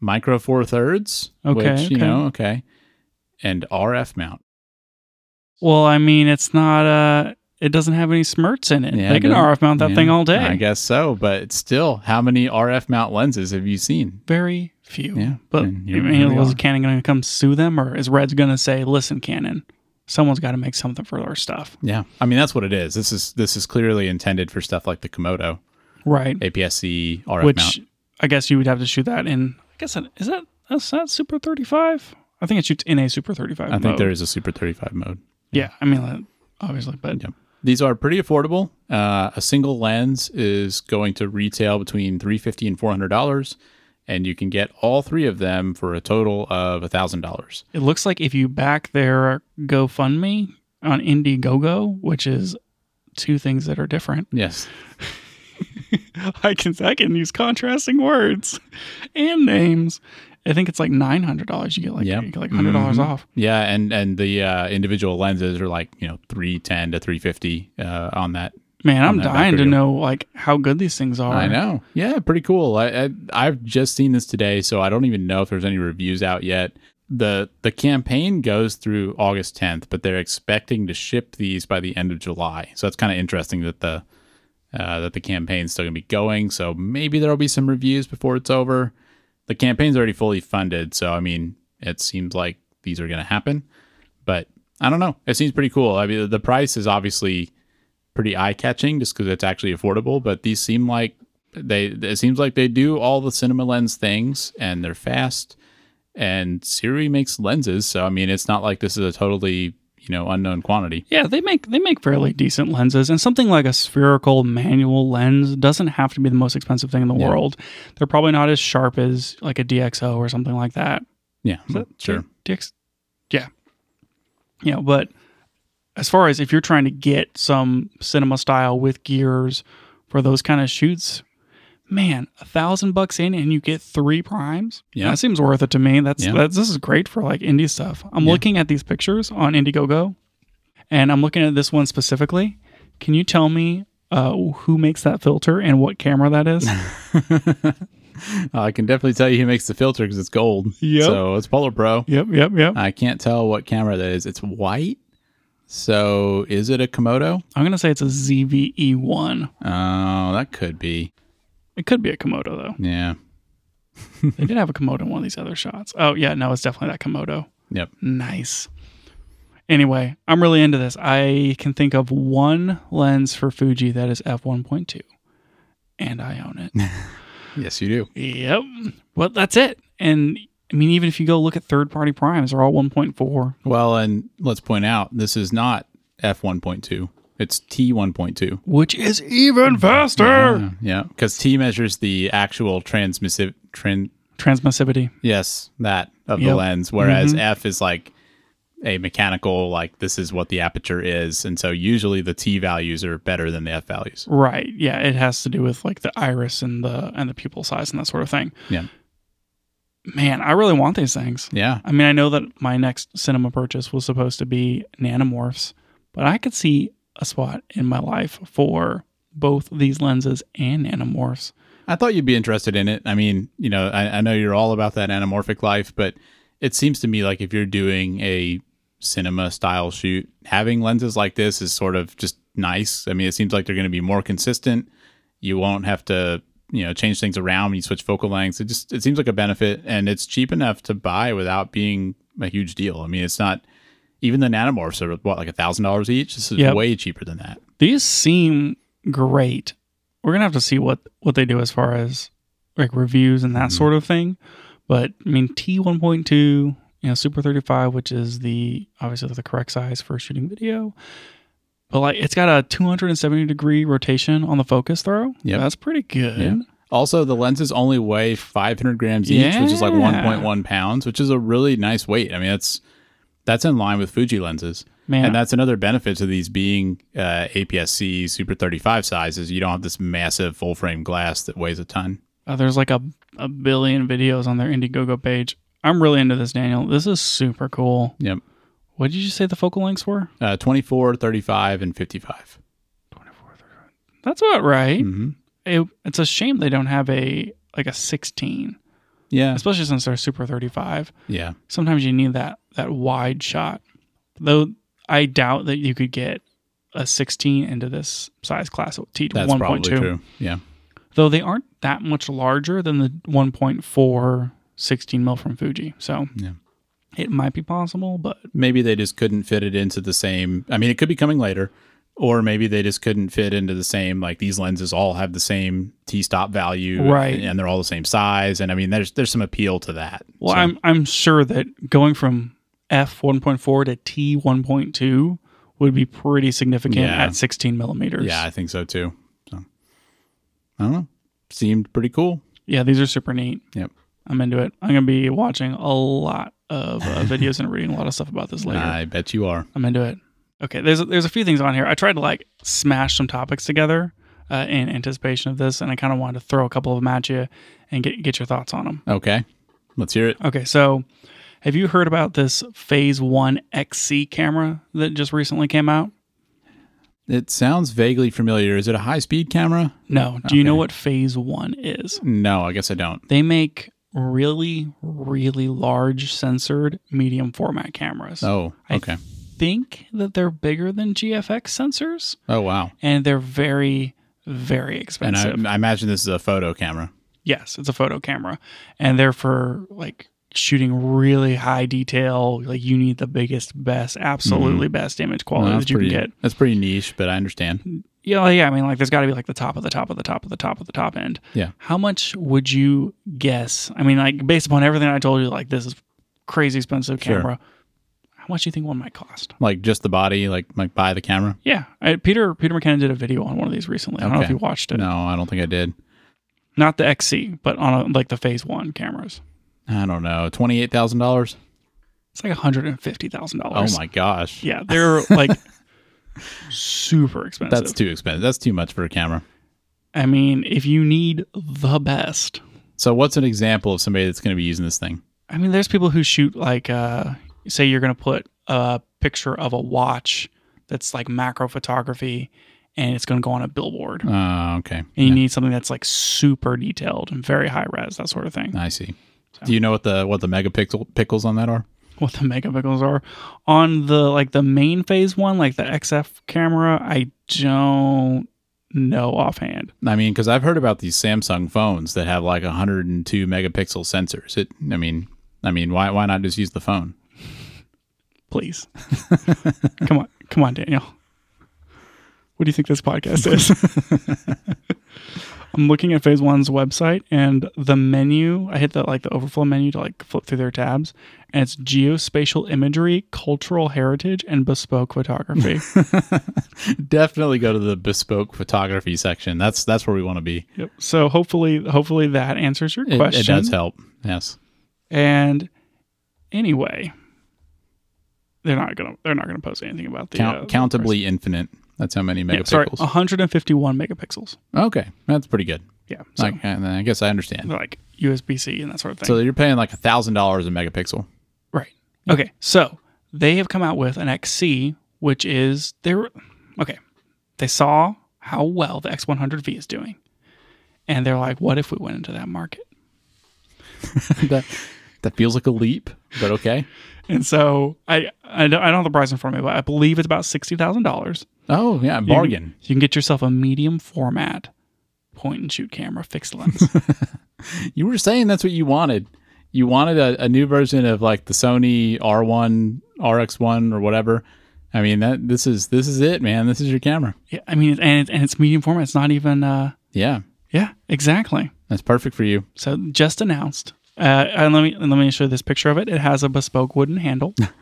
[SPEAKER 2] Micro Four Thirds, which
[SPEAKER 1] Okay,
[SPEAKER 2] you
[SPEAKER 1] okay.
[SPEAKER 2] know, okay, and RF mount.
[SPEAKER 1] Well, I mean, it's not uh it doesn't have any smirts in it.
[SPEAKER 2] Yeah,
[SPEAKER 1] they
[SPEAKER 2] it
[SPEAKER 1] can
[SPEAKER 2] doesn't-
[SPEAKER 1] RF mount that
[SPEAKER 2] uh, Yeah,
[SPEAKER 1] thing all day.
[SPEAKER 2] I guess so, but still, how many RF mount lenses have you seen?
[SPEAKER 1] Very few.
[SPEAKER 2] Yeah,
[SPEAKER 1] But I
[SPEAKER 2] and here-
[SPEAKER 1] mean,
[SPEAKER 2] here we
[SPEAKER 1] was
[SPEAKER 2] are.
[SPEAKER 1] Canon going to come sue them, or is Red's going to say, "Listen, Canon, someone's got to make something for our stuff"?
[SPEAKER 2] Yeah, I mean that's what it is. This is this is clearly intended for stuff like the Komodo
[SPEAKER 1] Right.
[SPEAKER 2] APS-C RF
[SPEAKER 1] which
[SPEAKER 2] mount.
[SPEAKER 1] I guess you would have to shoot that in. I guess that is that is that Super 35. I think it shoots in a Super 35.
[SPEAKER 2] I think there is a Super 35 mode.
[SPEAKER 1] Yeah, I mean, like, obviously, but
[SPEAKER 2] Yeah. These are pretty affordable. Uh, a single lens is going to retail between 350 and 400 dollars, and you can get all three of them for a total of a thousand dollars.
[SPEAKER 1] it looks like if you back their GoFundMe on Indiegogo, which is two things that are different.
[SPEAKER 2] Yes,
[SPEAKER 1] I can I can use contrasting words and names. I think it's like nine hundred dollars. You get like
[SPEAKER 2] Yeah.
[SPEAKER 1] you get like hundred dollars
[SPEAKER 2] Mm-hmm.
[SPEAKER 1] off.
[SPEAKER 2] yeah, and and the uh, individual lenses are like you know 310 to 350 uh, on that
[SPEAKER 1] Man, I'm
[SPEAKER 2] that
[SPEAKER 1] dying to
[SPEAKER 2] backer deal.
[SPEAKER 1] know like how good these things are.
[SPEAKER 2] I know. Yeah, pretty cool. I, I I've just seen this today, so I don't even know if there's any reviews out yet. the The campaign goes through August 10th, but they're expecting to ship these by the end of July. So that's kind of interesting that the uh, that the campaign's still going to be going. So maybe there'll be some reviews before it's over. The campaign's already fully funded, so I mean, it seems like these are going to happen. But I don't know. It seems pretty cool. I mean, the price is obviously pretty eye catching just because it's actually affordable. But these seem like they it seems like they do all the cinema lens things and they're fast. And Siri makes lenses, so I mean, it's not like this is a totally you know unknown quantity.
[SPEAKER 1] Yeah, they make they make fairly decent lenses, and something like a spherical manual lens doesn't have to be the most expensive thing in the
[SPEAKER 2] Yeah.
[SPEAKER 1] world. They're probably not as sharp as like a DxO or something like that.
[SPEAKER 2] Yeah,
[SPEAKER 1] Is that
[SPEAKER 2] sure.
[SPEAKER 1] Dix? Yeah. Yeah, but as far as if you're trying to get some cinema style with gears for those kind of shoots, man, a thousand bucks in and you get three primes.
[SPEAKER 2] Yeah.
[SPEAKER 1] That seems worth it to me. That's
[SPEAKER 2] Yeah.
[SPEAKER 1] that's this is great for like indie stuff. I'm
[SPEAKER 2] Yeah.
[SPEAKER 1] looking at these pictures on Indiegogo and I'm looking at this one specifically. Can you tell me uh, who makes that filter and what camera that is?
[SPEAKER 2] Uh, I can definitely tell you who makes the filter because it's gold.
[SPEAKER 1] Yep.
[SPEAKER 2] So it's Polar Pro.
[SPEAKER 1] yep, yep, yep.
[SPEAKER 2] I can't tell what camera that is. It's white. So is it a Komodo?
[SPEAKER 1] I'm gonna say it's a ZVE1.
[SPEAKER 2] Oh, that could be.
[SPEAKER 1] It could be a Komodo though.
[SPEAKER 2] Yeah.
[SPEAKER 1] They did have a Komodo in one of these other shots. Oh yeah, no, it's definitely that Komodo.
[SPEAKER 2] Yep.
[SPEAKER 1] Nice. Anyway, I'm really into this. I can think of one lens for Fuji that is f1.2, and I own it.
[SPEAKER 2] Yes, you do.
[SPEAKER 1] yep. Well, that's it. And I mean, even if you go look at third-party primes, they're all 1.4.
[SPEAKER 2] Well, and let's point out this is not f1.2. It's t1.2.
[SPEAKER 1] Which is even faster.
[SPEAKER 2] Yeah, because T measures the actual transmissive trend.
[SPEAKER 1] Transmissivity.
[SPEAKER 2] Yes, that of the
[SPEAKER 1] Yep.
[SPEAKER 2] lens, whereas F is like a mechanical, like this is what the aperture is, and so usually the T values are better than the F values.
[SPEAKER 1] Right. Yeah. It has to do with like the iris and the and the pupil size and that sort of thing.
[SPEAKER 2] Yeah,
[SPEAKER 1] Man, I really want these things.
[SPEAKER 2] yeah,
[SPEAKER 1] I mean, I know that my next cinema purchase was supposed to be nanomorphs, but I could see a spot in my life for both these lenses and nanomorphs.
[SPEAKER 2] I thought you'd be interested in it. I mean, you know, I, I know you're all about that anamorphic life, but it seems to me like if you're doing a cinema style shoot, having lenses like this is sort of just nice. I mean, it seems like they're going to be more consistent. You won't have to, you know, change things around when you switch focal lengths. It just it seems like a benefit, and it's cheap enough to buy without being a huge deal. I mean, it's not even the nanomorphs are what like a thousand dollars each. This is
[SPEAKER 1] Yep.
[SPEAKER 2] way cheaper than that.
[SPEAKER 1] These seem great. We're gonna have to see what what they do as far as like reviews and
[SPEAKER 2] Mm-hmm.
[SPEAKER 1] that sort of thing. But I mean, T one point two, you know, Super thirty five, which is the obviously the correct size for shooting video. But like, it's got a two hundred and seventy degree rotation on the focus throw.
[SPEAKER 2] Yep.
[SPEAKER 1] that's pretty good.
[SPEAKER 2] Yeah. Also, the lenses only weigh 500 grams each, which is like
[SPEAKER 1] Yeah.
[SPEAKER 2] 1.1 pounds, which is a really nice weight. I mean, that's that's in line with Fuji lenses,
[SPEAKER 1] Man,
[SPEAKER 2] and that's another benefit to these being uh, APS-C Super 35 sizes. You don't have this massive full frame glass that weighs a ton.
[SPEAKER 1] Uh, there's like a, a billion videos on their Indiegogo page. I'm really into this, Daniel. This is super cool.
[SPEAKER 2] Yep,
[SPEAKER 1] What did you say the focal lengths were?
[SPEAKER 2] uh, 24, 35, and 55.
[SPEAKER 1] That's about right.
[SPEAKER 2] hmm
[SPEAKER 1] It, it's a shame they don't have a like a 16,
[SPEAKER 2] Yeah,
[SPEAKER 1] especially since they're super 35.
[SPEAKER 2] yeah,
[SPEAKER 1] Sometimes you need that that wide shot. Though I doubt that you could get a 16 into this size class at T
[SPEAKER 2] that's probably
[SPEAKER 1] 1.2.
[SPEAKER 2] true. Yeah,
[SPEAKER 1] Though they aren't that much larger than the 1.4 16 mil from Fuji. So
[SPEAKER 2] Yeah.
[SPEAKER 1] it might be possible, but
[SPEAKER 2] maybe they just couldn't fit it into the same i mean it could be coming later or maybe they just couldn't fit into the same like these lenses all have the same t-stop value
[SPEAKER 1] Right.
[SPEAKER 2] and they're all the same size and i mean there's there's some appeal to that
[SPEAKER 1] Well,
[SPEAKER 2] So,
[SPEAKER 1] I'm I'm sure that going from f 1.4 to t 1.2 would be pretty significant
[SPEAKER 2] Yeah.
[SPEAKER 1] at 16 millimeters.
[SPEAKER 2] yeah i think so too so i don't know seemed pretty cool
[SPEAKER 1] yeah, these are super neat.
[SPEAKER 2] yep
[SPEAKER 1] I'm into it. I'm gonna be watching a lot of uh, videos and reading a lot of stuff about this later.
[SPEAKER 2] i bet you are
[SPEAKER 1] I'm into it. Okay, there's there's a few things on here. I tried to like smash some topics together uh, in anticipation of this, and I kind of wanted to throw a couple of them at you and get get your thoughts on them.
[SPEAKER 2] okay let's hear it
[SPEAKER 1] Okay, so have you heard about this Phase One XC camera that just recently came out?
[SPEAKER 2] it sounds vaguely familiar is it a high-speed camera
[SPEAKER 1] No. Do you know
[SPEAKER 2] Okay.
[SPEAKER 1] what phase one is?
[SPEAKER 2] no i guess i don't
[SPEAKER 1] They make really, really large censored medium format cameras.
[SPEAKER 2] oh
[SPEAKER 1] I
[SPEAKER 2] okay
[SPEAKER 1] Think that they're bigger than GFX sensors
[SPEAKER 2] oh wow
[SPEAKER 1] and they're very, very
[SPEAKER 2] and
[SPEAKER 1] expensive.
[SPEAKER 2] I, I imagine this is a photo camera
[SPEAKER 1] yes, it's a photo camera and they're for like shooting really high detail. Like you need the biggest, best, absolutely best image
[SPEAKER 2] Well,
[SPEAKER 1] quality
[SPEAKER 2] Mm-hmm. that's
[SPEAKER 1] that you
[SPEAKER 2] pretty,
[SPEAKER 1] can get.
[SPEAKER 2] That's pretty niche, but I understand.
[SPEAKER 1] Yeah, well, yeah. I mean, like, there's got to be like the top of the top of the top of the top of the top end.
[SPEAKER 2] Yeah.
[SPEAKER 1] How much would you guess? I mean, like, based upon everything I told you, like, this is crazy expensive
[SPEAKER 2] Sure.
[SPEAKER 1] camera. How much do you think one might cost?
[SPEAKER 2] Like just the body, like like buy the camera.
[SPEAKER 1] Yeah, I, Peter Peter McKinnon did a video on one of these recently. I don't know if
[SPEAKER 2] Okay.
[SPEAKER 1] you watched it.
[SPEAKER 2] No, I don't think I did.
[SPEAKER 1] Not the XC, but on a, like the Phase One cameras.
[SPEAKER 2] I don't know. Twenty eight thousand dollars.
[SPEAKER 1] It's like one hundred and fifty thousand
[SPEAKER 2] Oh
[SPEAKER 1] dollars.
[SPEAKER 2] my gosh,
[SPEAKER 1] Yeah, they're like super expensive.
[SPEAKER 2] that's too expensive. That's too much for a camera.
[SPEAKER 1] I mean, if you need the best,
[SPEAKER 2] So what's an example of somebody that's going to be using this thing?
[SPEAKER 1] I mean, there's people who shoot like, uh, say you're going to put a picture of a watch that's like macro photography and it's going to go on a billboard. And
[SPEAKER 2] Uh, okay,
[SPEAKER 1] you need something that's like super detailed and very high res, that sort of thing.
[SPEAKER 2] I see. Do you know what the what the megapixel pickles on that are?
[SPEAKER 1] What the megapixels are on the like the main phase one, like the XF camera, I don't know offhand.
[SPEAKER 2] I mean, because I've heard about these Samsung phones that have like 102 megapixel sensors. It, I mean, I mean, why why not just use the phone?
[SPEAKER 1] Please, come on, come on, Daniel. What do you think this podcast is? I'm looking at Phase One's website and the menu. I hit the like the overflow menu to like flip through their tabs, and it's geospatial imagery, cultural heritage, and bespoke photography.
[SPEAKER 2] Definitely go to the bespoke photography section. That's that's where we want to be.
[SPEAKER 1] yep. So hopefully, hopefully that answers your
[SPEAKER 2] It,
[SPEAKER 1] question.
[SPEAKER 2] it does help. Yes.
[SPEAKER 1] And anyway, they're not gonna they're not gonna post anything about the
[SPEAKER 2] Count,
[SPEAKER 1] uh, the
[SPEAKER 2] countably infinite. That's how many
[SPEAKER 1] price. Yeah, sorry,
[SPEAKER 2] megapixels. Oh.
[SPEAKER 1] 151 megapixels.
[SPEAKER 2] okay, that's pretty good.
[SPEAKER 1] Yeah. So
[SPEAKER 2] Like, I, I guess I understand.
[SPEAKER 1] like USB C and that sort of thing.
[SPEAKER 2] So you're paying like a thousand dollars a megapixel.
[SPEAKER 1] right. Okay. So they have come out with an XC, which is their okay. They saw how well the X100V is doing, and they're like, "What if we went into that market?"
[SPEAKER 2] that that feels like a leap, but okay.
[SPEAKER 1] And so I I don't, I don't have the price in front of me, but I believe it's about sixty thousand dollars.
[SPEAKER 2] Oh yeah, bargain.
[SPEAKER 1] You can get yourself a medium format point and shoot camera fixed lens.
[SPEAKER 2] You, were saying that's what you wanted. You wanted a, a new version of like the Sony R1, RX1, or whatever. I mean that this is this is it, man. This is your camera.
[SPEAKER 1] yeah, I mean, and it's, and it's medium format. It's not even. uh
[SPEAKER 2] Yeah,
[SPEAKER 1] Yeah, exactly.
[SPEAKER 2] that's perfect for you.
[SPEAKER 1] So just announced. Uh, and let me and let me show you this picture of it. It has a bespoke wooden handle.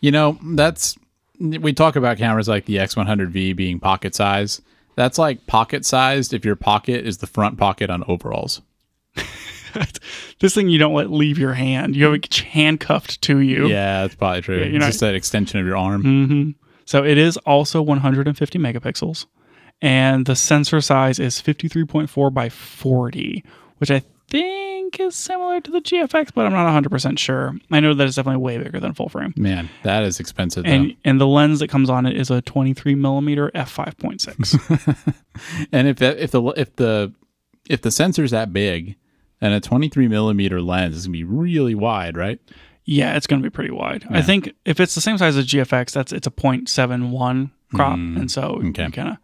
[SPEAKER 2] You know that's we talk about cameras like the X100V being pocket size. That's like pocket sized if your pocket is the front pocket on overalls.
[SPEAKER 1] this thing you don't let leave your hand. You have it handcuffed to you.
[SPEAKER 2] Yeah, that's probably true.
[SPEAKER 1] you're
[SPEAKER 2] it's
[SPEAKER 1] not-
[SPEAKER 2] just that extension of your arm.
[SPEAKER 1] Hmm. So it is also 150 megapixels, and the sensor size is 53.4 by 40, which I think is similar to the GFX, but I'm not 100 percent sure. I know that it's definitely way bigger than full frame.
[SPEAKER 2] Man, that is expensive. Though.
[SPEAKER 1] And and the lens that comes on it is a 23 millimeter f 5.6.
[SPEAKER 2] And if that, if the if the if the sensor's that big, then a 23 millimeter lens is gonna be really wide, right?
[SPEAKER 1] yeah, it's going to be pretty wide. I think if it's the same size as GFX, that's it's a 0.71 crop, and so you
[SPEAKER 2] Mm-hmm. okay.
[SPEAKER 1] kind of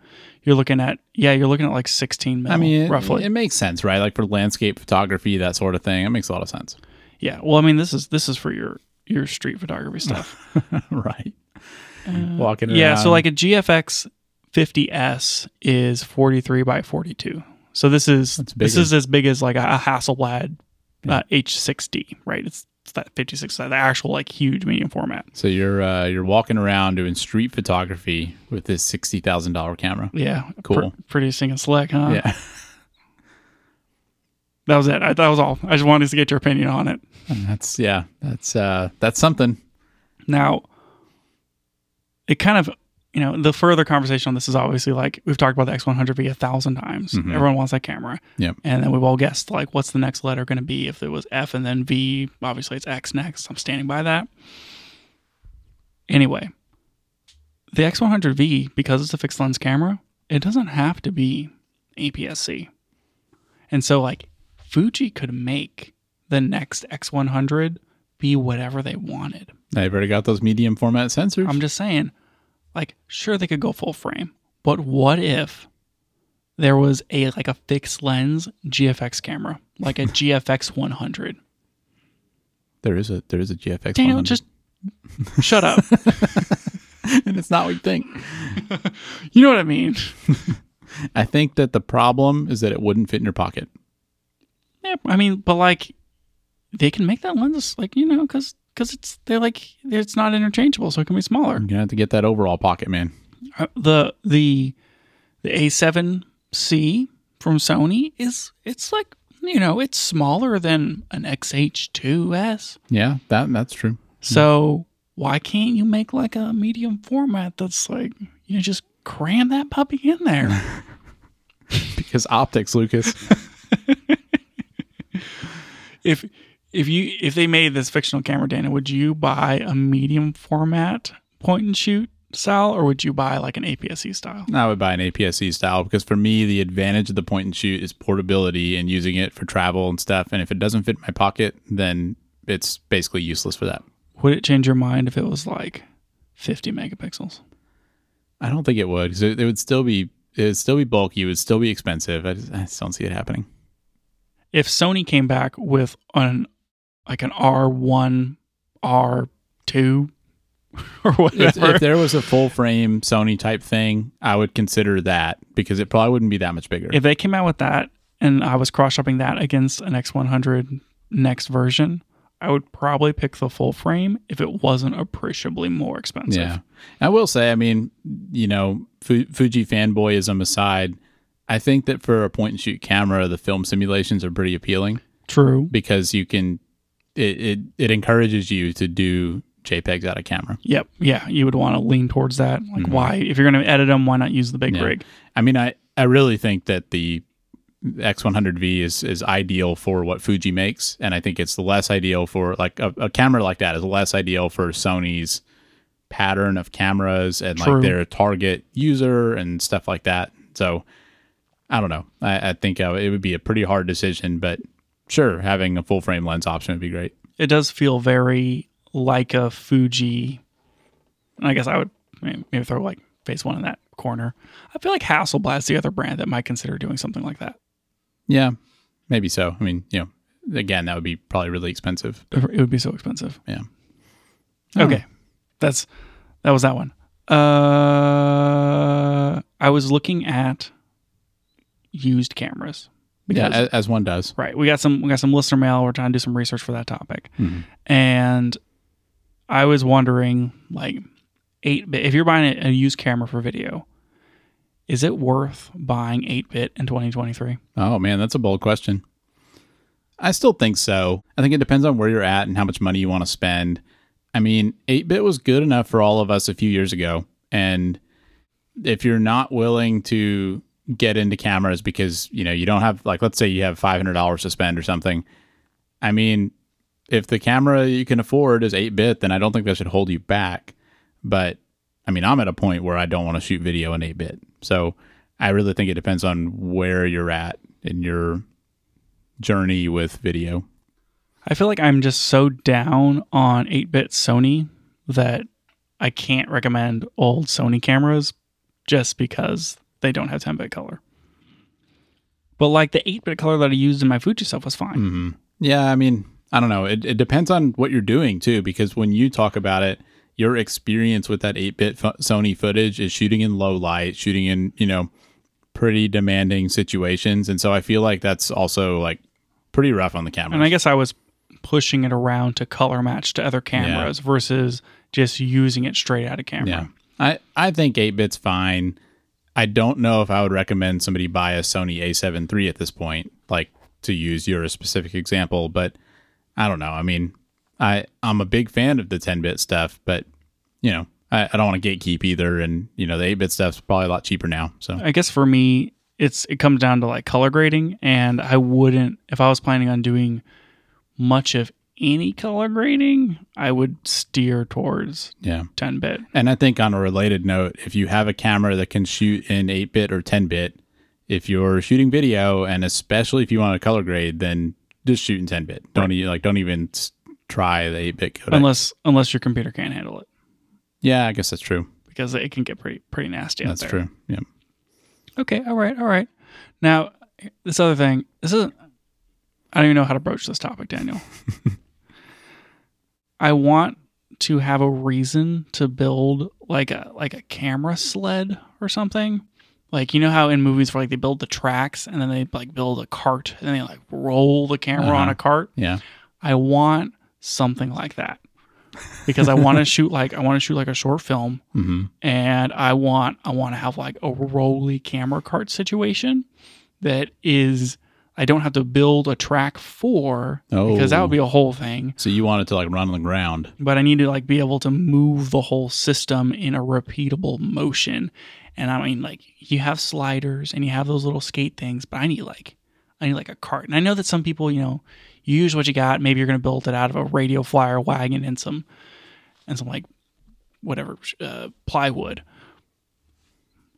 [SPEAKER 1] you're looking at yeah, you're looking at like 16 mil
[SPEAKER 2] I mean, it,
[SPEAKER 1] Oh, roughly.
[SPEAKER 2] it makes sense, right? Like for landscape photography, that sort of thing, it makes a lot of sense,
[SPEAKER 1] yeah, well, I mean this is this is for your your street photography stuff.
[SPEAKER 2] right? Walking around,
[SPEAKER 1] Uh, Yeah, so like a GFX 50S is 43 by 42. So this is this
[SPEAKER 2] bigger.
[SPEAKER 1] is as big as like a Hasselblad uh, H6D, right? It's, it's that 56, the actual like huge medium format.
[SPEAKER 2] so you're uh, you're walking around doing street photography with this sixty thousand dollar camera.
[SPEAKER 1] Yeah,
[SPEAKER 2] Cool.
[SPEAKER 1] pretty sing and slick, huh?
[SPEAKER 2] Yeah,
[SPEAKER 1] that was it. I, that was all. I just wanted to get your opinion on it.
[SPEAKER 2] that's yeah, that's uh, that's something.
[SPEAKER 1] Now, it kind of, you know, the further conversation on this is obviously like we've talked about the X100V a thousand times. Everyone wants that camera.
[SPEAKER 2] Yep.
[SPEAKER 1] And then we've all guessed like what's the next letter going to be if it was F and then V. Obviously, it's X next. I'm standing by that. Anyway, the X100V, because it's a fixed lens camera, it doesn't have to be E APS-C. And so like Fuji could make the next X100 be whatever they wanted.
[SPEAKER 2] They've already got those medium format sensors.
[SPEAKER 1] I'm just saying, like, sure they could go full frame, but what if there was a like a fixed lens GFX camera, like a GFX 100?
[SPEAKER 2] there is a there is a GFX.
[SPEAKER 1] Daniel,
[SPEAKER 2] 100.
[SPEAKER 1] just shut up.
[SPEAKER 2] and it's not what you think.
[SPEAKER 1] You know what I mean?
[SPEAKER 2] I think that the problem is that it wouldn't fit in your pocket.
[SPEAKER 1] Yeah, I mean, but like, they can make that lens like you know because because it's they're like it's not interchangeable, so it can be smaller.
[SPEAKER 2] I'm gonna have to get that overall pocket, man.
[SPEAKER 1] Uh, the the the A7C from Sony is it's like you know it's smaller than an XH2s.
[SPEAKER 2] Yeah, that that's true.
[SPEAKER 1] So why can't you make like a medium format that's like you just cram that puppy in there?
[SPEAKER 2] Because optics, Lucas.
[SPEAKER 1] if if you if they made this fictional camera, Dana, would you buy a medium format point and shoot style, or would you buy like an APS-C style?
[SPEAKER 2] I would buy an APS-C style because for me, the advantage of the point and shoot is portability and using it for travel and stuff. And if it doesn't fit my pocket, then it's basically useless for that.
[SPEAKER 1] Would it change your mind if it was like 50 megapixels?
[SPEAKER 2] I don't think it would because it, it would still be it would still be bulky. It would still be expensive. I just, I just don't see it happening.
[SPEAKER 1] If Sony came back with an like an R1, R2, or
[SPEAKER 2] If,
[SPEAKER 1] whatever,
[SPEAKER 2] if there was a full frame Sony type thing, I would consider that because it probably wouldn't be that much bigger.
[SPEAKER 1] if they came out with that and I was cross shopping that against an X100 next version, I would probably pick the full frame if it wasn't appreciably more expensive.
[SPEAKER 2] Yeah. I will say, I mean, you know, Fu- Fuji fanboyism aside, I think that for a point and shoot camera, the film simulations are pretty appealing
[SPEAKER 1] True.
[SPEAKER 2] because you can, it, it, it encourages you to do JPEGs out of camera.
[SPEAKER 1] Yep. Yeah. You would want to lean towards that. Like, why? If you're going to edit them, why not use the big
[SPEAKER 2] Mm-hmm. Yeah.
[SPEAKER 1] rig?
[SPEAKER 2] I mean, I, I really think that the X100V is, is ideal for what Fuji makes. And I think it's less ideal for like a, a camera like that is less ideal for Sony's pattern of cameras and
[SPEAKER 1] True.
[SPEAKER 2] like their target user and stuff like that. So I don't know. I, I think uh, it would be a pretty hard decision, but sure, having a full frame lens option would be great.
[SPEAKER 1] it does feel very like a Fuji. And I guess I would may- maybe throw like phase one in that corner. I feel like Hasselblad's the other brand that might consider doing something like that.
[SPEAKER 2] Yeah, maybe so. I mean, you know, again, that would be probably really expensive.
[SPEAKER 1] It would be so expensive.
[SPEAKER 2] Yeah.
[SPEAKER 1] Okay. That's that was that one. Uh I was looking at used cameras.
[SPEAKER 2] Yeah, as, as one does.
[SPEAKER 1] Right. We got some we got some listener mail. We're trying to do some research for that topic. And I was wondering like eight bit if you're buying a, a used camera for video, is it worth buying eight bit in twenty twenty three?
[SPEAKER 2] Oh man, that's a bold question. I still think so. I think it depends on where you're at and how much money you want to spend. I mean, 8 bit was good enough for all of us a few years ago. And if you're not willing to get into cameras because, you know, you don't have, like, let's say you have $500 to spend or something. I mean, if the camera you can afford is 8 bit, then I don't think that should hold you back. But I mean, I'm at a point where I don't want to shoot video in 8 bit. So I really think it depends on where you're at in your journey with video.
[SPEAKER 1] I feel like I'm just so down on eight bit Sony that I can't recommend old Sony cameras just because they don't have ten bit color. But like the eight bit color that I used in my Fuji stuff was fine.
[SPEAKER 2] Yeah, I mean, I don't know. It, it depends on what you're doing too, because when you talk about it, your experience with that 8 bit f- Sony footage is shooting in low light, shooting in, you know, pretty demanding situations. And so I feel like that's also like pretty rough on the camera.
[SPEAKER 1] And I guess I was pushing it around to color match to other cameras versus just using it straight out of camera.
[SPEAKER 2] Yeah. I, I think 8 bit's fine. I don't know if I would recommend somebody buy a Sony a7 III at this point, like to use your specific example, but I don't know. I mean, I, I'm a big fan of the 10 bit stuff, but you know, I, I don't want to gatekeep either. And you know, the 8 bit stuff's probably a lot cheaper now. So
[SPEAKER 1] I guess for me, it's it comes down to like color grading, and I wouldn't if I was planning on doing much of any color grading, I would steer towards
[SPEAKER 2] yeah.
[SPEAKER 1] 10 bit.
[SPEAKER 2] And I think on a related note, if you have a camera that can shoot in 8 bit or 10 bit, if you're shooting video and especially if you want a color grade, then just shoot in 10 bit. Don't e- like don't even s- try the 8 bit codec.
[SPEAKER 1] Unless unless your computer can't handle it
[SPEAKER 2] yeah, I guess that's true.
[SPEAKER 1] because it can get pretty pretty nasty out
[SPEAKER 2] That's
[SPEAKER 1] there.
[SPEAKER 2] true. Yeah.
[SPEAKER 1] Okay, all right, all right. Now, this other thing, this isn't, I don't even know how to broach this topic, Daniel. I want to have a reason to build like a like a camera sled or something. Like you know how in movies where like they build the tracks and then they like build a cart and they like roll the camera on
[SPEAKER 2] Uh-huh.
[SPEAKER 1] a cart.
[SPEAKER 2] Yeah.
[SPEAKER 1] I want something like that because I want to shoot like I want to shoot like a short film
[SPEAKER 2] hmm
[SPEAKER 1] and I want I want to have like a rolly camera cart situation that is I don't have to build a track for because that
[SPEAKER 2] Oh.
[SPEAKER 1] would be a whole thing.
[SPEAKER 2] So you want it to like run on the ground.
[SPEAKER 1] But I need to like be able to move the whole system in a repeatable motion. And I mean like you have sliders and you have those little skate things, but I need like I need like a cart. And I know that some people, you know, you use what you got. Maybe you're going to build it out of a radio flyer wagon and some and some like whatever uh, plywood.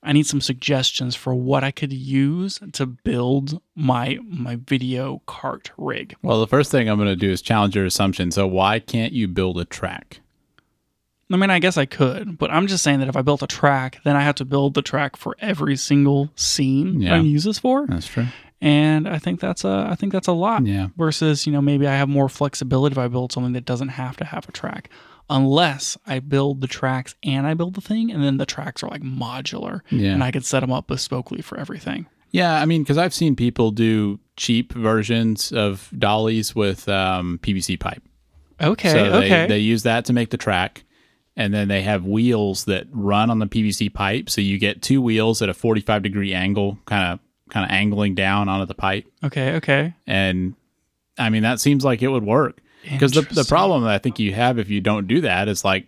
[SPEAKER 1] I need some suggestions for what I could use to build my my video cart rig.
[SPEAKER 2] Well, the first thing I'm going to do is challenge your assumption. So why can't you build a track?
[SPEAKER 1] I mean, I guess I could, but I'm just saying that if I built a track, then I have to build the track for every single scene
[SPEAKER 2] Yeah.
[SPEAKER 1] I use this for,
[SPEAKER 2] That's true.
[SPEAKER 1] and I think that's a I think that's a lot.
[SPEAKER 2] Yeah.
[SPEAKER 1] Versus, you know, maybe I have more flexibility if I build something that doesn't have to have a track, unless I build the tracks and I build the thing, and then the tracks are like modular,
[SPEAKER 2] Yeah.
[SPEAKER 1] and I could set them up bespokely for everything.
[SPEAKER 2] Yeah, I mean, because I've seen people do cheap versions of dollies with um, PVC pipe.
[SPEAKER 1] Okay,
[SPEAKER 2] so they,
[SPEAKER 1] okay,
[SPEAKER 2] they use that to make the track, and then they have wheels that run on the PVC pipe. So you get two wheels at a 45 degree angle, kind of kind of angling down onto the pipe.
[SPEAKER 1] okay, okay.
[SPEAKER 2] And I mean, that seems like it would work. Because the, the
[SPEAKER 1] Interesting.
[SPEAKER 2] problem that I think you have if you don't do that is like,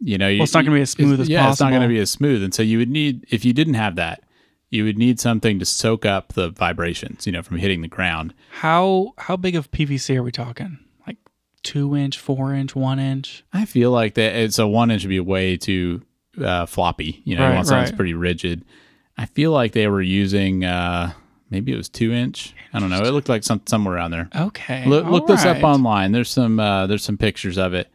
[SPEAKER 2] you know, you-
[SPEAKER 1] it's not gonna be as smooth as
[SPEAKER 2] yeah, it's not going to
[SPEAKER 1] possible.
[SPEAKER 2] be as smooth. And so you would need, if you didn't have that, you would need something to soak up the vibrations, you know, from hitting the ground.
[SPEAKER 1] How how big of PVC are we talking? Like two inch, four inch, one inch?
[SPEAKER 2] I feel like that it's a one inch would be way too uh, floppy. You know,
[SPEAKER 1] Right,
[SPEAKER 2] you want something that's
[SPEAKER 1] right.
[SPEAKER 2] pretty rigid. I feel like they were using, uh, maybe it was two inch. I don't know. It looked like some, somewhere around there.
[SPEAKER 1] Okay.
[SPEAKER 2] Look,
[SPEAKER 1] all
[SPEAKER 2] look this up
[SPEAKER 1] right.
[SPEAKER 2] online. There's some uh, there's some pictures of it,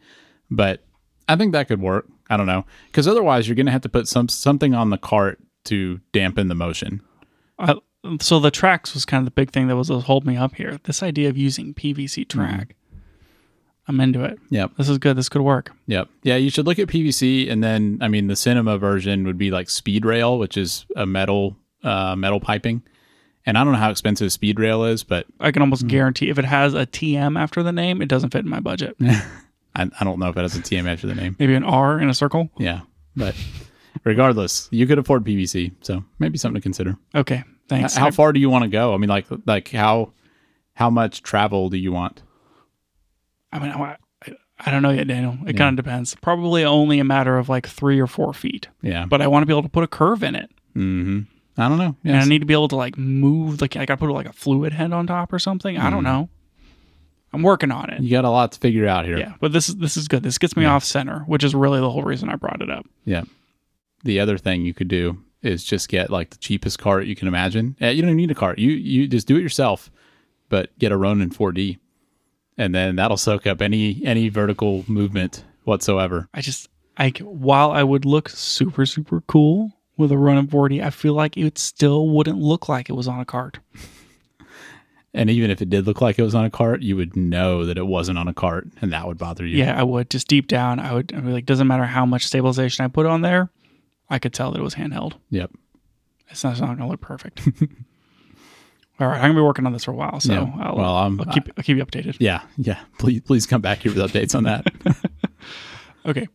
[SPEAKER 2] but I think that could work. I don't know because otherwise you're gonna have to put some something on the cart to dampen the motion.
[SPEAKER 1] I, so the tracks was kind of the big thing that was was holding me up here. This idea of using
[SPEAKER 2] Mm.
[SPEAKER 1] PVC track, I'm into it.
[SPEAKER 2] Yep,
[SPEAKER 1] This is good. This could work.
[SPEAKER 2] yep, yeah. You should look at PVC, and then I mean the cinema version would be like speed rail, which is a metal uh, metal piping, and I don't know how expensive speed rail is, but
[SPEAKER 1] I can
[SPEAKER 2] Mm.
[SPEAKER 1] almost guarantee if it has a TM after the name, it doesn't fit in my budget.
[SPEAKER 2] I, I don't know if it has a TM after the name.
[SPEAKER 1] Maybe an R in a circle.
[SPEAKER 2] Yeah, but regardless, you could afford PVC, so maybe something to consider.
[SPEAKER 1] Okay. Thanks.
[SPEAKER 2] how far do you want to go? I mean, like, like how how much travel do you want?
[SPEAKER 1] I mean, I, I- I don't know yet, Daniel. It kind of depends. Probably only a matter of like three or four feet,
[SPEAKER 2] Yeah,
[SPEAKER 1] but I want to be able to put a curve in it.
[SPEAKER 2] hmm I don't know.
[SPEAKER 1] and I
[SPEAKER 2] Yes.
[SPEAKER 1] need to be able to like move like I gotta put like a fluid head on top or something. I
[SPEAKER 2] Mm.
[SPEAKER 1] don't know. I'm working on it.
[SPEAKER 2] you got a lot to figure out here.
[SPEAKER 1] Yeah, but this is this is good. This gets me off center, which is really the whole reason I brought it up.
[SPEAKER 2] Yeah. The other thing you could do is just get like the cheapest cart you can imagine. Yeah, you don't even need a cart. You you just do it yourself, but get a Ronin 4D, and then that'll soak up any any vertical movement whatsoever.
[SPEAKER 1] I just I c- while I would look super super cool with a run of 40, I feel like it still wouldn't look like it was on a cart.
[SPEAKER 2] And even if it did look like it was on a cart, you would know that it wasn't on a cart, and that would bother you.
[SPEAKER 1] Yeah, I would just deep down, I would I'd be like, doesn't matter how much stabilization I put on there, I could tell that it was handheld.
[SPEAKER 2] Yep.
[SPEAKER 1] It's not, it's not gonna look perfect. All right, I'm gonna be working on this for a while, so
[SPEAKER 2] Yeah.
[SPEAKER 1] I'll,
[SPEAKER 2] well, I'm
[SPEAKER 1] I'll keep I'll keep you updated.
[SPEAKER 2] Yeah, yeah. Please, please come back here with updates on that.
[SPEAKER 1] Okay.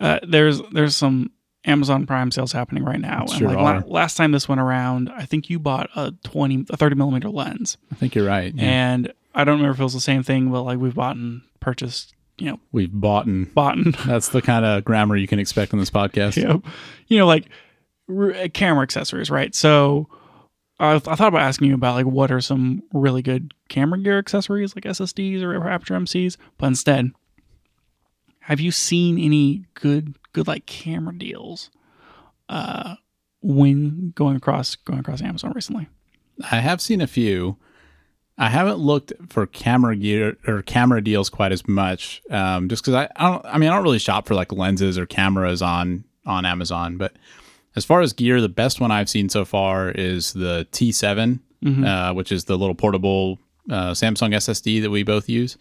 [SPEAKER 1] Uh, there's there's some Amazon Prime sales happening right now.
[SPEAKER 2] Sure
[SPEAKER 1] and like
[SPEAKER 2] are.
[SPEAKER 1] la- last time this went around, I think you bought a twenty a thirty millimeter lens.
[SPEAKER 2] I think you're right. Yeah.
[SPEAKER 1] And I don't remember if it was the same thing, but like we've bought and purchased, you know,
[SPEAKER 2] We've bought and
[SPEAKER 1] bought and
[SPEAKER 2] that's the kind of grammar you can expect on this podcast.
[SPEAKER 1] you know, you know like r- uh, camera accessories, right? So I, I thought about asking you about like what are some really good camera gear accessories like SSDs or Aperture MCs, but instead, have you seen any good good like camera deals uh, when going across going across Amazon recently?
[SPEAKER 2] I have seen a few. I haven't looked for camera gear or camera deals quite as much, um, just because I, I don't. I mean, I don't really shop for like lenses or cameras on on Amazon. But as far as gear, the best one I've seen so far is the T7, uh, which is the little portable uh, Samsung SSD that we both use,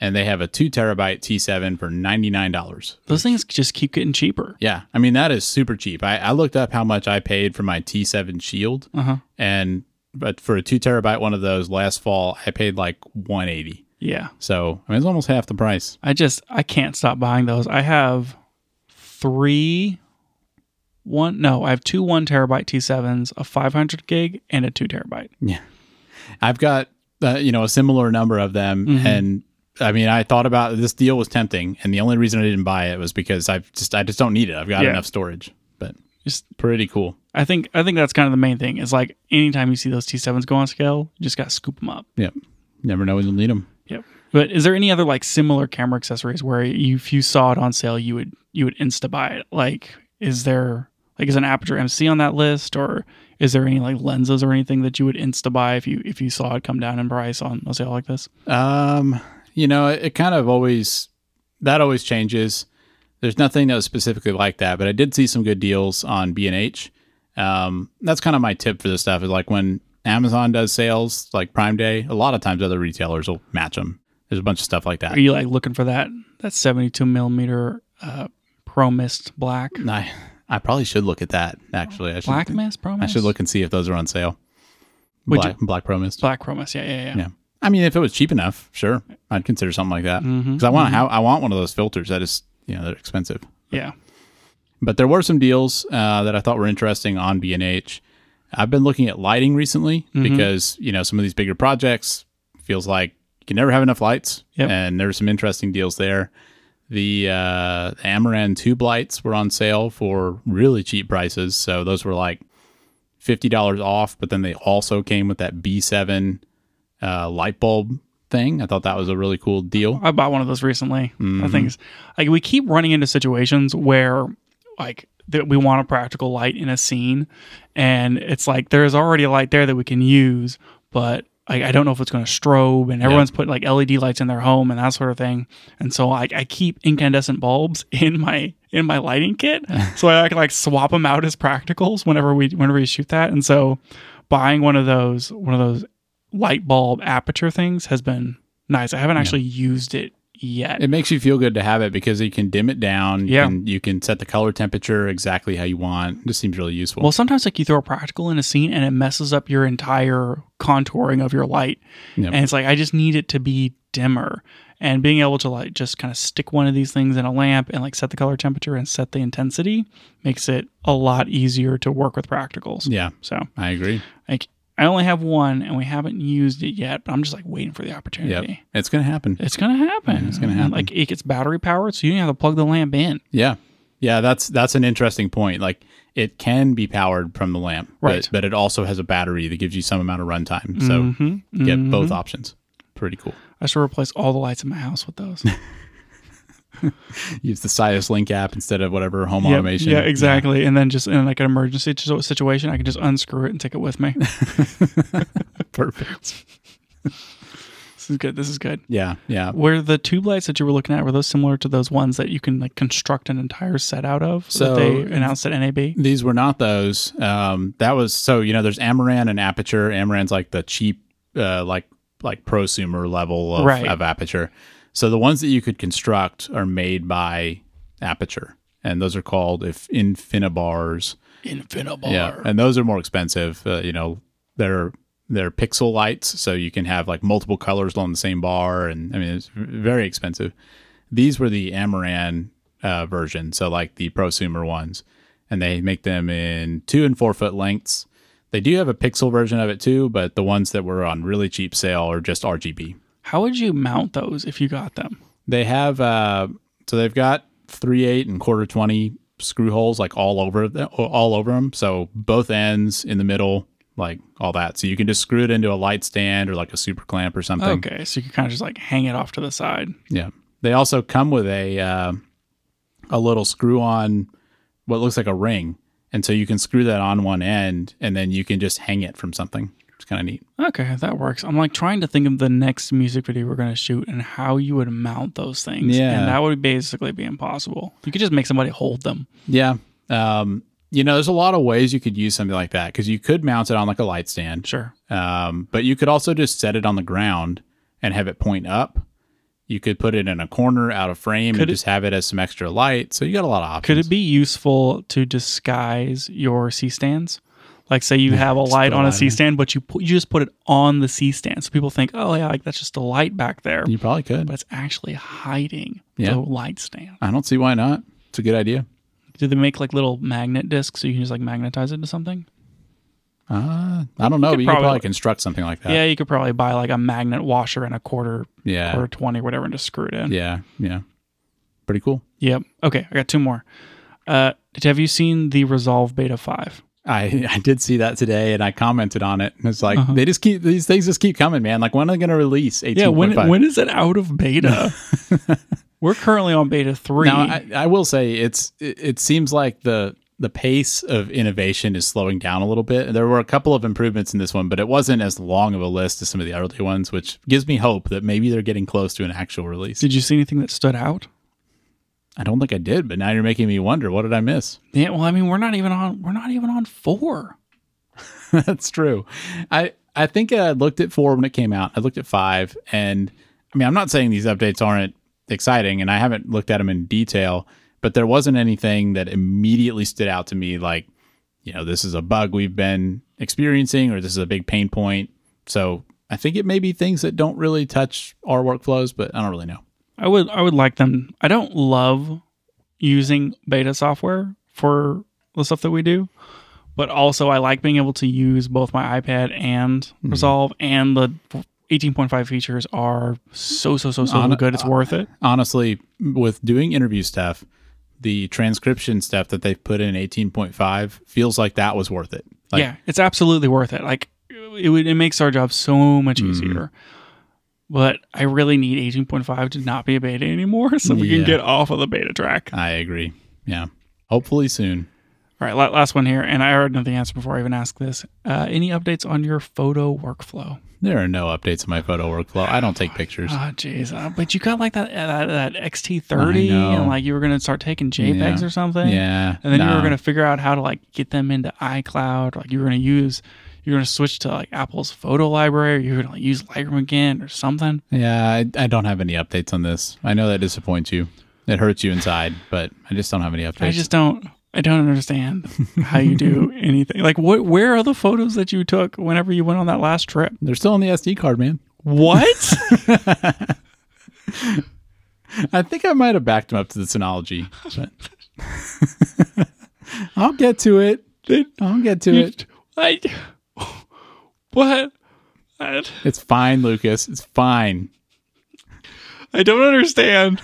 [SPEAKER 2] and they have a two terabyte T7 for ninety nine dollars.
[SPEAKER 1] Those things just keep getting cheaper.
[SPEAKER 2] Yeah, I mean that is super cheap. I, I looked up how much I paid for my T7 Shield,
[SPEAKER 1] Uh huh.
[SPEAKER 2] and but for a two terabyte one of those last fall, I paid like one eighty.
[SPEAKER 1] Yeah.
[SPEAKER 2] So I mean, it's almost half the price.
[SPEAKER 1] I just I can't stop buying those. I have three one no, I have two one terabyte T sevens, a five hundred gig, and a two terabyte.
[SPEAKER 2] I've got uh, you know a similar number of them,
[SPEAKER 1] Mhm.
[SPEAKER 2] and I mean, I thought about this deal was tempting, and the only reason I didn't buy it was because I've just I just don't need it. I've got
[SPEAKER 1] Yeah.
[SPEAKER 2] enough storage, but
[SPEAKER 1] Just-
[SPEAKER 2] pretty cool.
[SPEAKER 1] I think I think that's kind of the main thing. Is like anytime you see those T sevens go on sale, you just gotta scoop them up.
[SPEAKER 2] Yep. Never know when you'll need them.
[SPEAKER 1] Yep. But is there any other like similar camera accessories where you, if you saw it on sale, you would you would insta buy it? Like, is there like is an aperture MC on that list, or is there any like lenses or anything that you would insta buy if you if you saw it come down in price on a sale like this?
[SPEAKER 2] Um, you know, it, it kind of always that always changes. There's nothing that was specifically like that, but I did see some good deals on B and H. Um, that's kind of my tip for this stuff is like when Amazon does sales, like Prime Day, a lot of times other retailers will match them. There's a bunch of stuff like that.
[SPEAKER 1] Are you like looking for that that seventy two millimeter uh, Pro Mist black
[SPEAKER 2] I I probably should look at that actually. I should
[SPEAKER 1] black mist Pro
[SPEAKER 2] I
[SPEAKER 1] Mist?
[SPEAKER 2] should look and see if those are on sale.
[SPEAKER 1] Would
[SPEAKER 2] Black, Black Pro Mist.
[SPEAKER 1] black Pro Mist. Yeah, yeah, yeah.
[SPEAKER 2] Yeah. I mean, if it was cheap enough, sure, I'd consider something like that.
[SPEAKER 1] Mm-hmm.
[SPEAKER 2] Because I want how I want one of those filters. That is, you know, they're expensive.
[SPEAKER 1] yeah.
[SPEAKER 2] But there were some deals uh, that I thought were interesting on B and H. I've been looking at lighting recently because you know some of these bigger projects feels like you can never have enough lights,
[SPEAKER 1] Yep.
[SPEAKER 2] and there's some interesting deals there. The uh, Amaran tube lights were on sale for really cheap prices, so those were like fifty dollars off. But then they also came with that B seven uh, light bulb thing. I thought that was a really cool deal.
[SPEAKER 1] I bought one of those recently. I think it's- like we keep running into situations where like that we want a practical light in a scene, and it's like there is already a light there that we can use, but like I don't know if it's going to strobe, and everyone's putting like LED lights in their home and that sort of thing, and so like I keep incandescent bulbs in my in my lighting kit, so I can like swap them out as practicals whenever we whenever we shoot that, and so buying one of those one of those light bulb aperture things has been nice. I haven't actually used it yet.
[SPEAKER 2] It makes you feel good to have it because you can dim it down.
[SPEAKER 1] Yeah.
[SPEAKER 2] You can, you can set the color temperature exactly how you want. This seems really useful.
[SPEAKER 1] well, sometimes like you throw a practical in a scene and it messes up your entire contouring of your light.
[SPEAKER 2] Yep.
[SPEAKER 1] And it's like I just need it to be dimmer. And being able to like just kind of stick one of these things in a lamp and like set the color temperature and set the intensity makes it a lot easier to work with practicals.
[SPEAKER 2] yeah,
[SPEAKER 1] So
[SPEAKER 2] I agree.
[SPEAKER 1] like I only have one and we haven't used it yet, but I'm just like waiting for the
[SPEAKER 2] Yep.
[SPEAKER 1] opportunity.
[SPEAKER 2] It's going to happen.
[SPEAKER 1] It's gonna happen.
[SPEAKER 2] It's gonna happen.
[SPEAKER 1] Like it gets battery powered, so you don't have to plug the lamp in.
[SPEAKER 2] Yeah. Yeah, that's that's an interesting point. Like it can be powered from the lamp,
[SPEAKER 1] Right.
[SPEAKER 2] But, but it also has a battery that gives you some amount of runtime. So
[SPEAKER 1] Mhm.
[SPEAKER 2] you get both options. Pretty cool.
[SPEAKER 1] I should replace all the lights in my house with those.
[SPEAKER 2] Use the Sias Link app instead of whatever home
[SPEAKER 1] Yep.
[SPEAKER 2] automation.
[SPEAKER 1] Yeah, exactly. And then just in like an emergency situ- situation, I can just unscrew it and take it with me.
[SPEAKER 2] Perfect.
[SPEAKER 1] this is good. This is good.
[SPEAKER 2] Yeah, yeah.
[SPEAKER 1] Were the tube lights that you were looking at were those similar to those ones that you can like construct an entire set out of
[SPEAKER 2] So-
[SPEAKER 1] that they announced at NAB?
[SPEAKER 2] These were not those. Um, that was so you know. There's Amaran and Aperture. Amaran's like the cheap, uh, like like prosumer level of,
[SPEAKER 1] Right.
[SPEAKER 2] of Aperture. So the ones that you could construct are made by Aperture, and those are called if Infinibars.
[SPEAKER 1] Infinibar.
[SPEAKER 2] Yeah, and those are more expensive. Uh, you know, they're they're pixel lights, so you can have like multiple colors along the same bar, and I mean it's very expensive. These were the Amaran uh, version, so like the prosumer ones, and they make them in two and four foot lengths. They do have a pixel version of it too, but the ones that were on really cheap sale are just RGB.
[SPEAKER 1] How would you mount those if you got them?
[SPEAKER 2] They have uh, so they've got three eight and quarter twenty screw holes like all over the, all over them. So both ends in the middle, like all that. So you can just screw it into a light stand or like a super clamp or something.
[SPEAKER 1] Okay, so you can kind of just like hang it off to the side.
[SPEAKER 2] Yeah. They also come with a uh, a little screw on what looks like a ring, and so you can screw that on one end, and then you can just hang it from something. It's kind of neat.
[SPEAKER 1] Okay, that works. I'm like trying to think of the next music video we're gonna shoot and how you would mount those things.
[SPEAKER 2] Yeah.
[SPEAKER 1] and that would basically be impossible. You could just make somebody hold them.
[SPEAKER 2] Yeah. Um, you know, there's a lot of ways you could use something like that because you could mount it on like a light stand.
[SPEAKER 1] Sure.
[SPEAKER 2] Um, but you could also just set it on the ground and have it point up. You could put it in a corner out of frame
[SPEAKER 1] Could
[SPEAKER 2] and
[SPEAKER 1] it-
[SPEAKER 2] just have it as some extra light. So you got a lot of options.
[SPEAKER 1] Could it be useful to disguise your C stands? Like say you have a
[SPEAKER 2] just
[SPEAKER 1] light
[SPEAKER 2] put a
[SPEAKER 1] on a
[SPEAKER 2] light
[SPEAKER 1] C
[SPEAKER 2] on.
[SPEAKER 1] stand, but you put, you just put it on the C stand, so people think, oh yeah, like that's just a light back there,
[SPEAKER 2] You probably
[SPEAKER 1] but
[SPEAKER 2] could.
[SPEAKER 1] it's actually hiding
[SPEAKER 2] Yeah.
[SPEAKER 1] the light stand.
[SPEAKER 2] I don't see why not. It's a good idea.
[SPEAKER 1] Do they make like little magnet discs so you can just like magnetize it to something?
[SPEAKER 2] Uh, I don't know. but you could
[SPEAKER 1] probably-
[SPEAKER 2] probably construct something like that.
[SPEAKER 1] yeah, you could probably buy like a magnet washer and a quarter
[SPEAKER 2] Yeah.
[SPEAKER 1] or twenty or whatever and just screw it in.
[SPEAKER 2] Yeah. Yeah. Pretty cool.
[SPEAKER 1] Yep. Okay, I got two more. Uh, have you seen the Resolve Beta Five?
[SPEAKER 2] I, I did see that today and I commented on it. And it's like, they just keep, these things just keep coming, man. Like, when are they going to release 18.5?
[SPEAKER 1] Uh-huh. Yeah, when when is it out of beta? We're currently on beta three.
[SPEAKER 2] Now, I, I will say it's it, it seems like the the pace of innovation is slowing down a little bit. There were a couple of improvements in this one, but it wasn't as long of a list as some of the early ones, which gives me hope that maybe they're getting close to an actual release.
[SPEAKER 1] Did you see anything that stood out?
[SPEAKER 2] I don't think I did, but now you're making me wonder what did I miss?
[SPEAKER 1] Yeah, well, I mean, we're not even on. We're not even on four.
[SPEAKER 2] That's true. I I think I looked at four when it came out. I looked at five, and I mean, I'm not saying these updates aren't exciting, and I haven't looked at them in detail, but there wasn't anything that immediately stood out to me like, you know, this is a bug we've been experiencing, or this is a big pain point. So I think it may be things that don't really touch our workflows, but I don't really know.
[SPEAKER 1] I would. I would like them. I don't love using beta software for the stuff that we do, but also I like being able to use both my iPad and
[SPEAKER 2] Hmm.
[SPEAKER 1] Resolve, and the 18.5 features are so so so so
[SPEAKER 2] On-
[SPEAKER 1] good. It's worth it.
[SPEAKER 2] honestly, with doing interview stuff, the transcription stuff that they've put in 18.5 feels like that was worth it. Like,
[SPEAKER 1] yeah, it's absolutely worth it. Like it would, it makes our job so much
[SPEAKER 2] Hmm.
[SPEAKER 1] easier. But I really need 18.5 to not be a beta anymore, so we
[SPEAKER 2] Yeah.
[SPEAKER 1] can get off of the beta track.
[SPEAKER 2] I agree. Yeah. Hopefully soon.
[SPEAKER 1] All right, la- last one here, and I already know the answer before I even ask this. Uh, any updates on your photo workflow?
[SPEAKER 2] There are no updates in my photo workflow. I don't take pictures.
[SPEAKER 1] Ah, jeez, uh, but you got like that uh, that XT30,
[SPEAKER 2] I know.
[SPEAKER 1] and like you were gonna start taking JPEGs
[SPEAKER 2] Yeah.
[SPEAKER 1] or something.
[SPEAKER 2] Yeah.
[SPEAKER 1] and then you
[SPEAKER 2] nah.
[SPEAKER 1] were gonna figure out how to like get them into iCloud. Like you were gonna use, you were gonna switch to like Apple's photo library. You were gonna like, use Lightroom again or something.
[SPEAKER 2] Yeah, I, I don't have any updates on this. I know that disappoints you. It hurts you inside, but I just don't have any updates.
[SPEAKER 1] I just don't. I don't understand how you do anything. Like, what? Where are the photos that you took whenever you went on that last trip?
[SPEAKER 2] They're still on the SD card, man.
[SPEAKER 1] What?
[SPEAKER 2] I think I might have backed him up to this analogy. But I'll get to it. I'll get to it.
[SPEAKER 1] I. What? I,
[SPEAKER 2] It's fine, Lucas. It's fine.
[SPEAKER 1] I don't understand.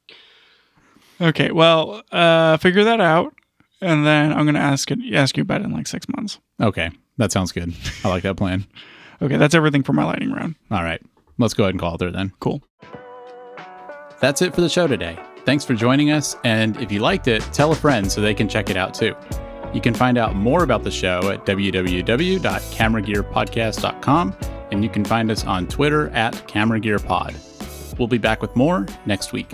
[SPEAKER 1] okay, well, uh, figure that out, and then I'm gonna ask it, ask you about it in like six months.
[SPEAKER 2] Okay. That sounds good. I like that plan.
[SPEAKER 1] Okay, that's everything for my lightning round.
[SPEAKER 2] All right. Let's go ahead and call it there then.
[SPEAKER 1] Cool.
[SPEAKER 2] That's it for the show today. Thanks for joining us. And if you liked it, tell a friend so they can check it out too. You can find out more about the show at www.cameragearpodcast.com. And you can find us on Twitter at Camera Gear Pod. We'll be back with more next week.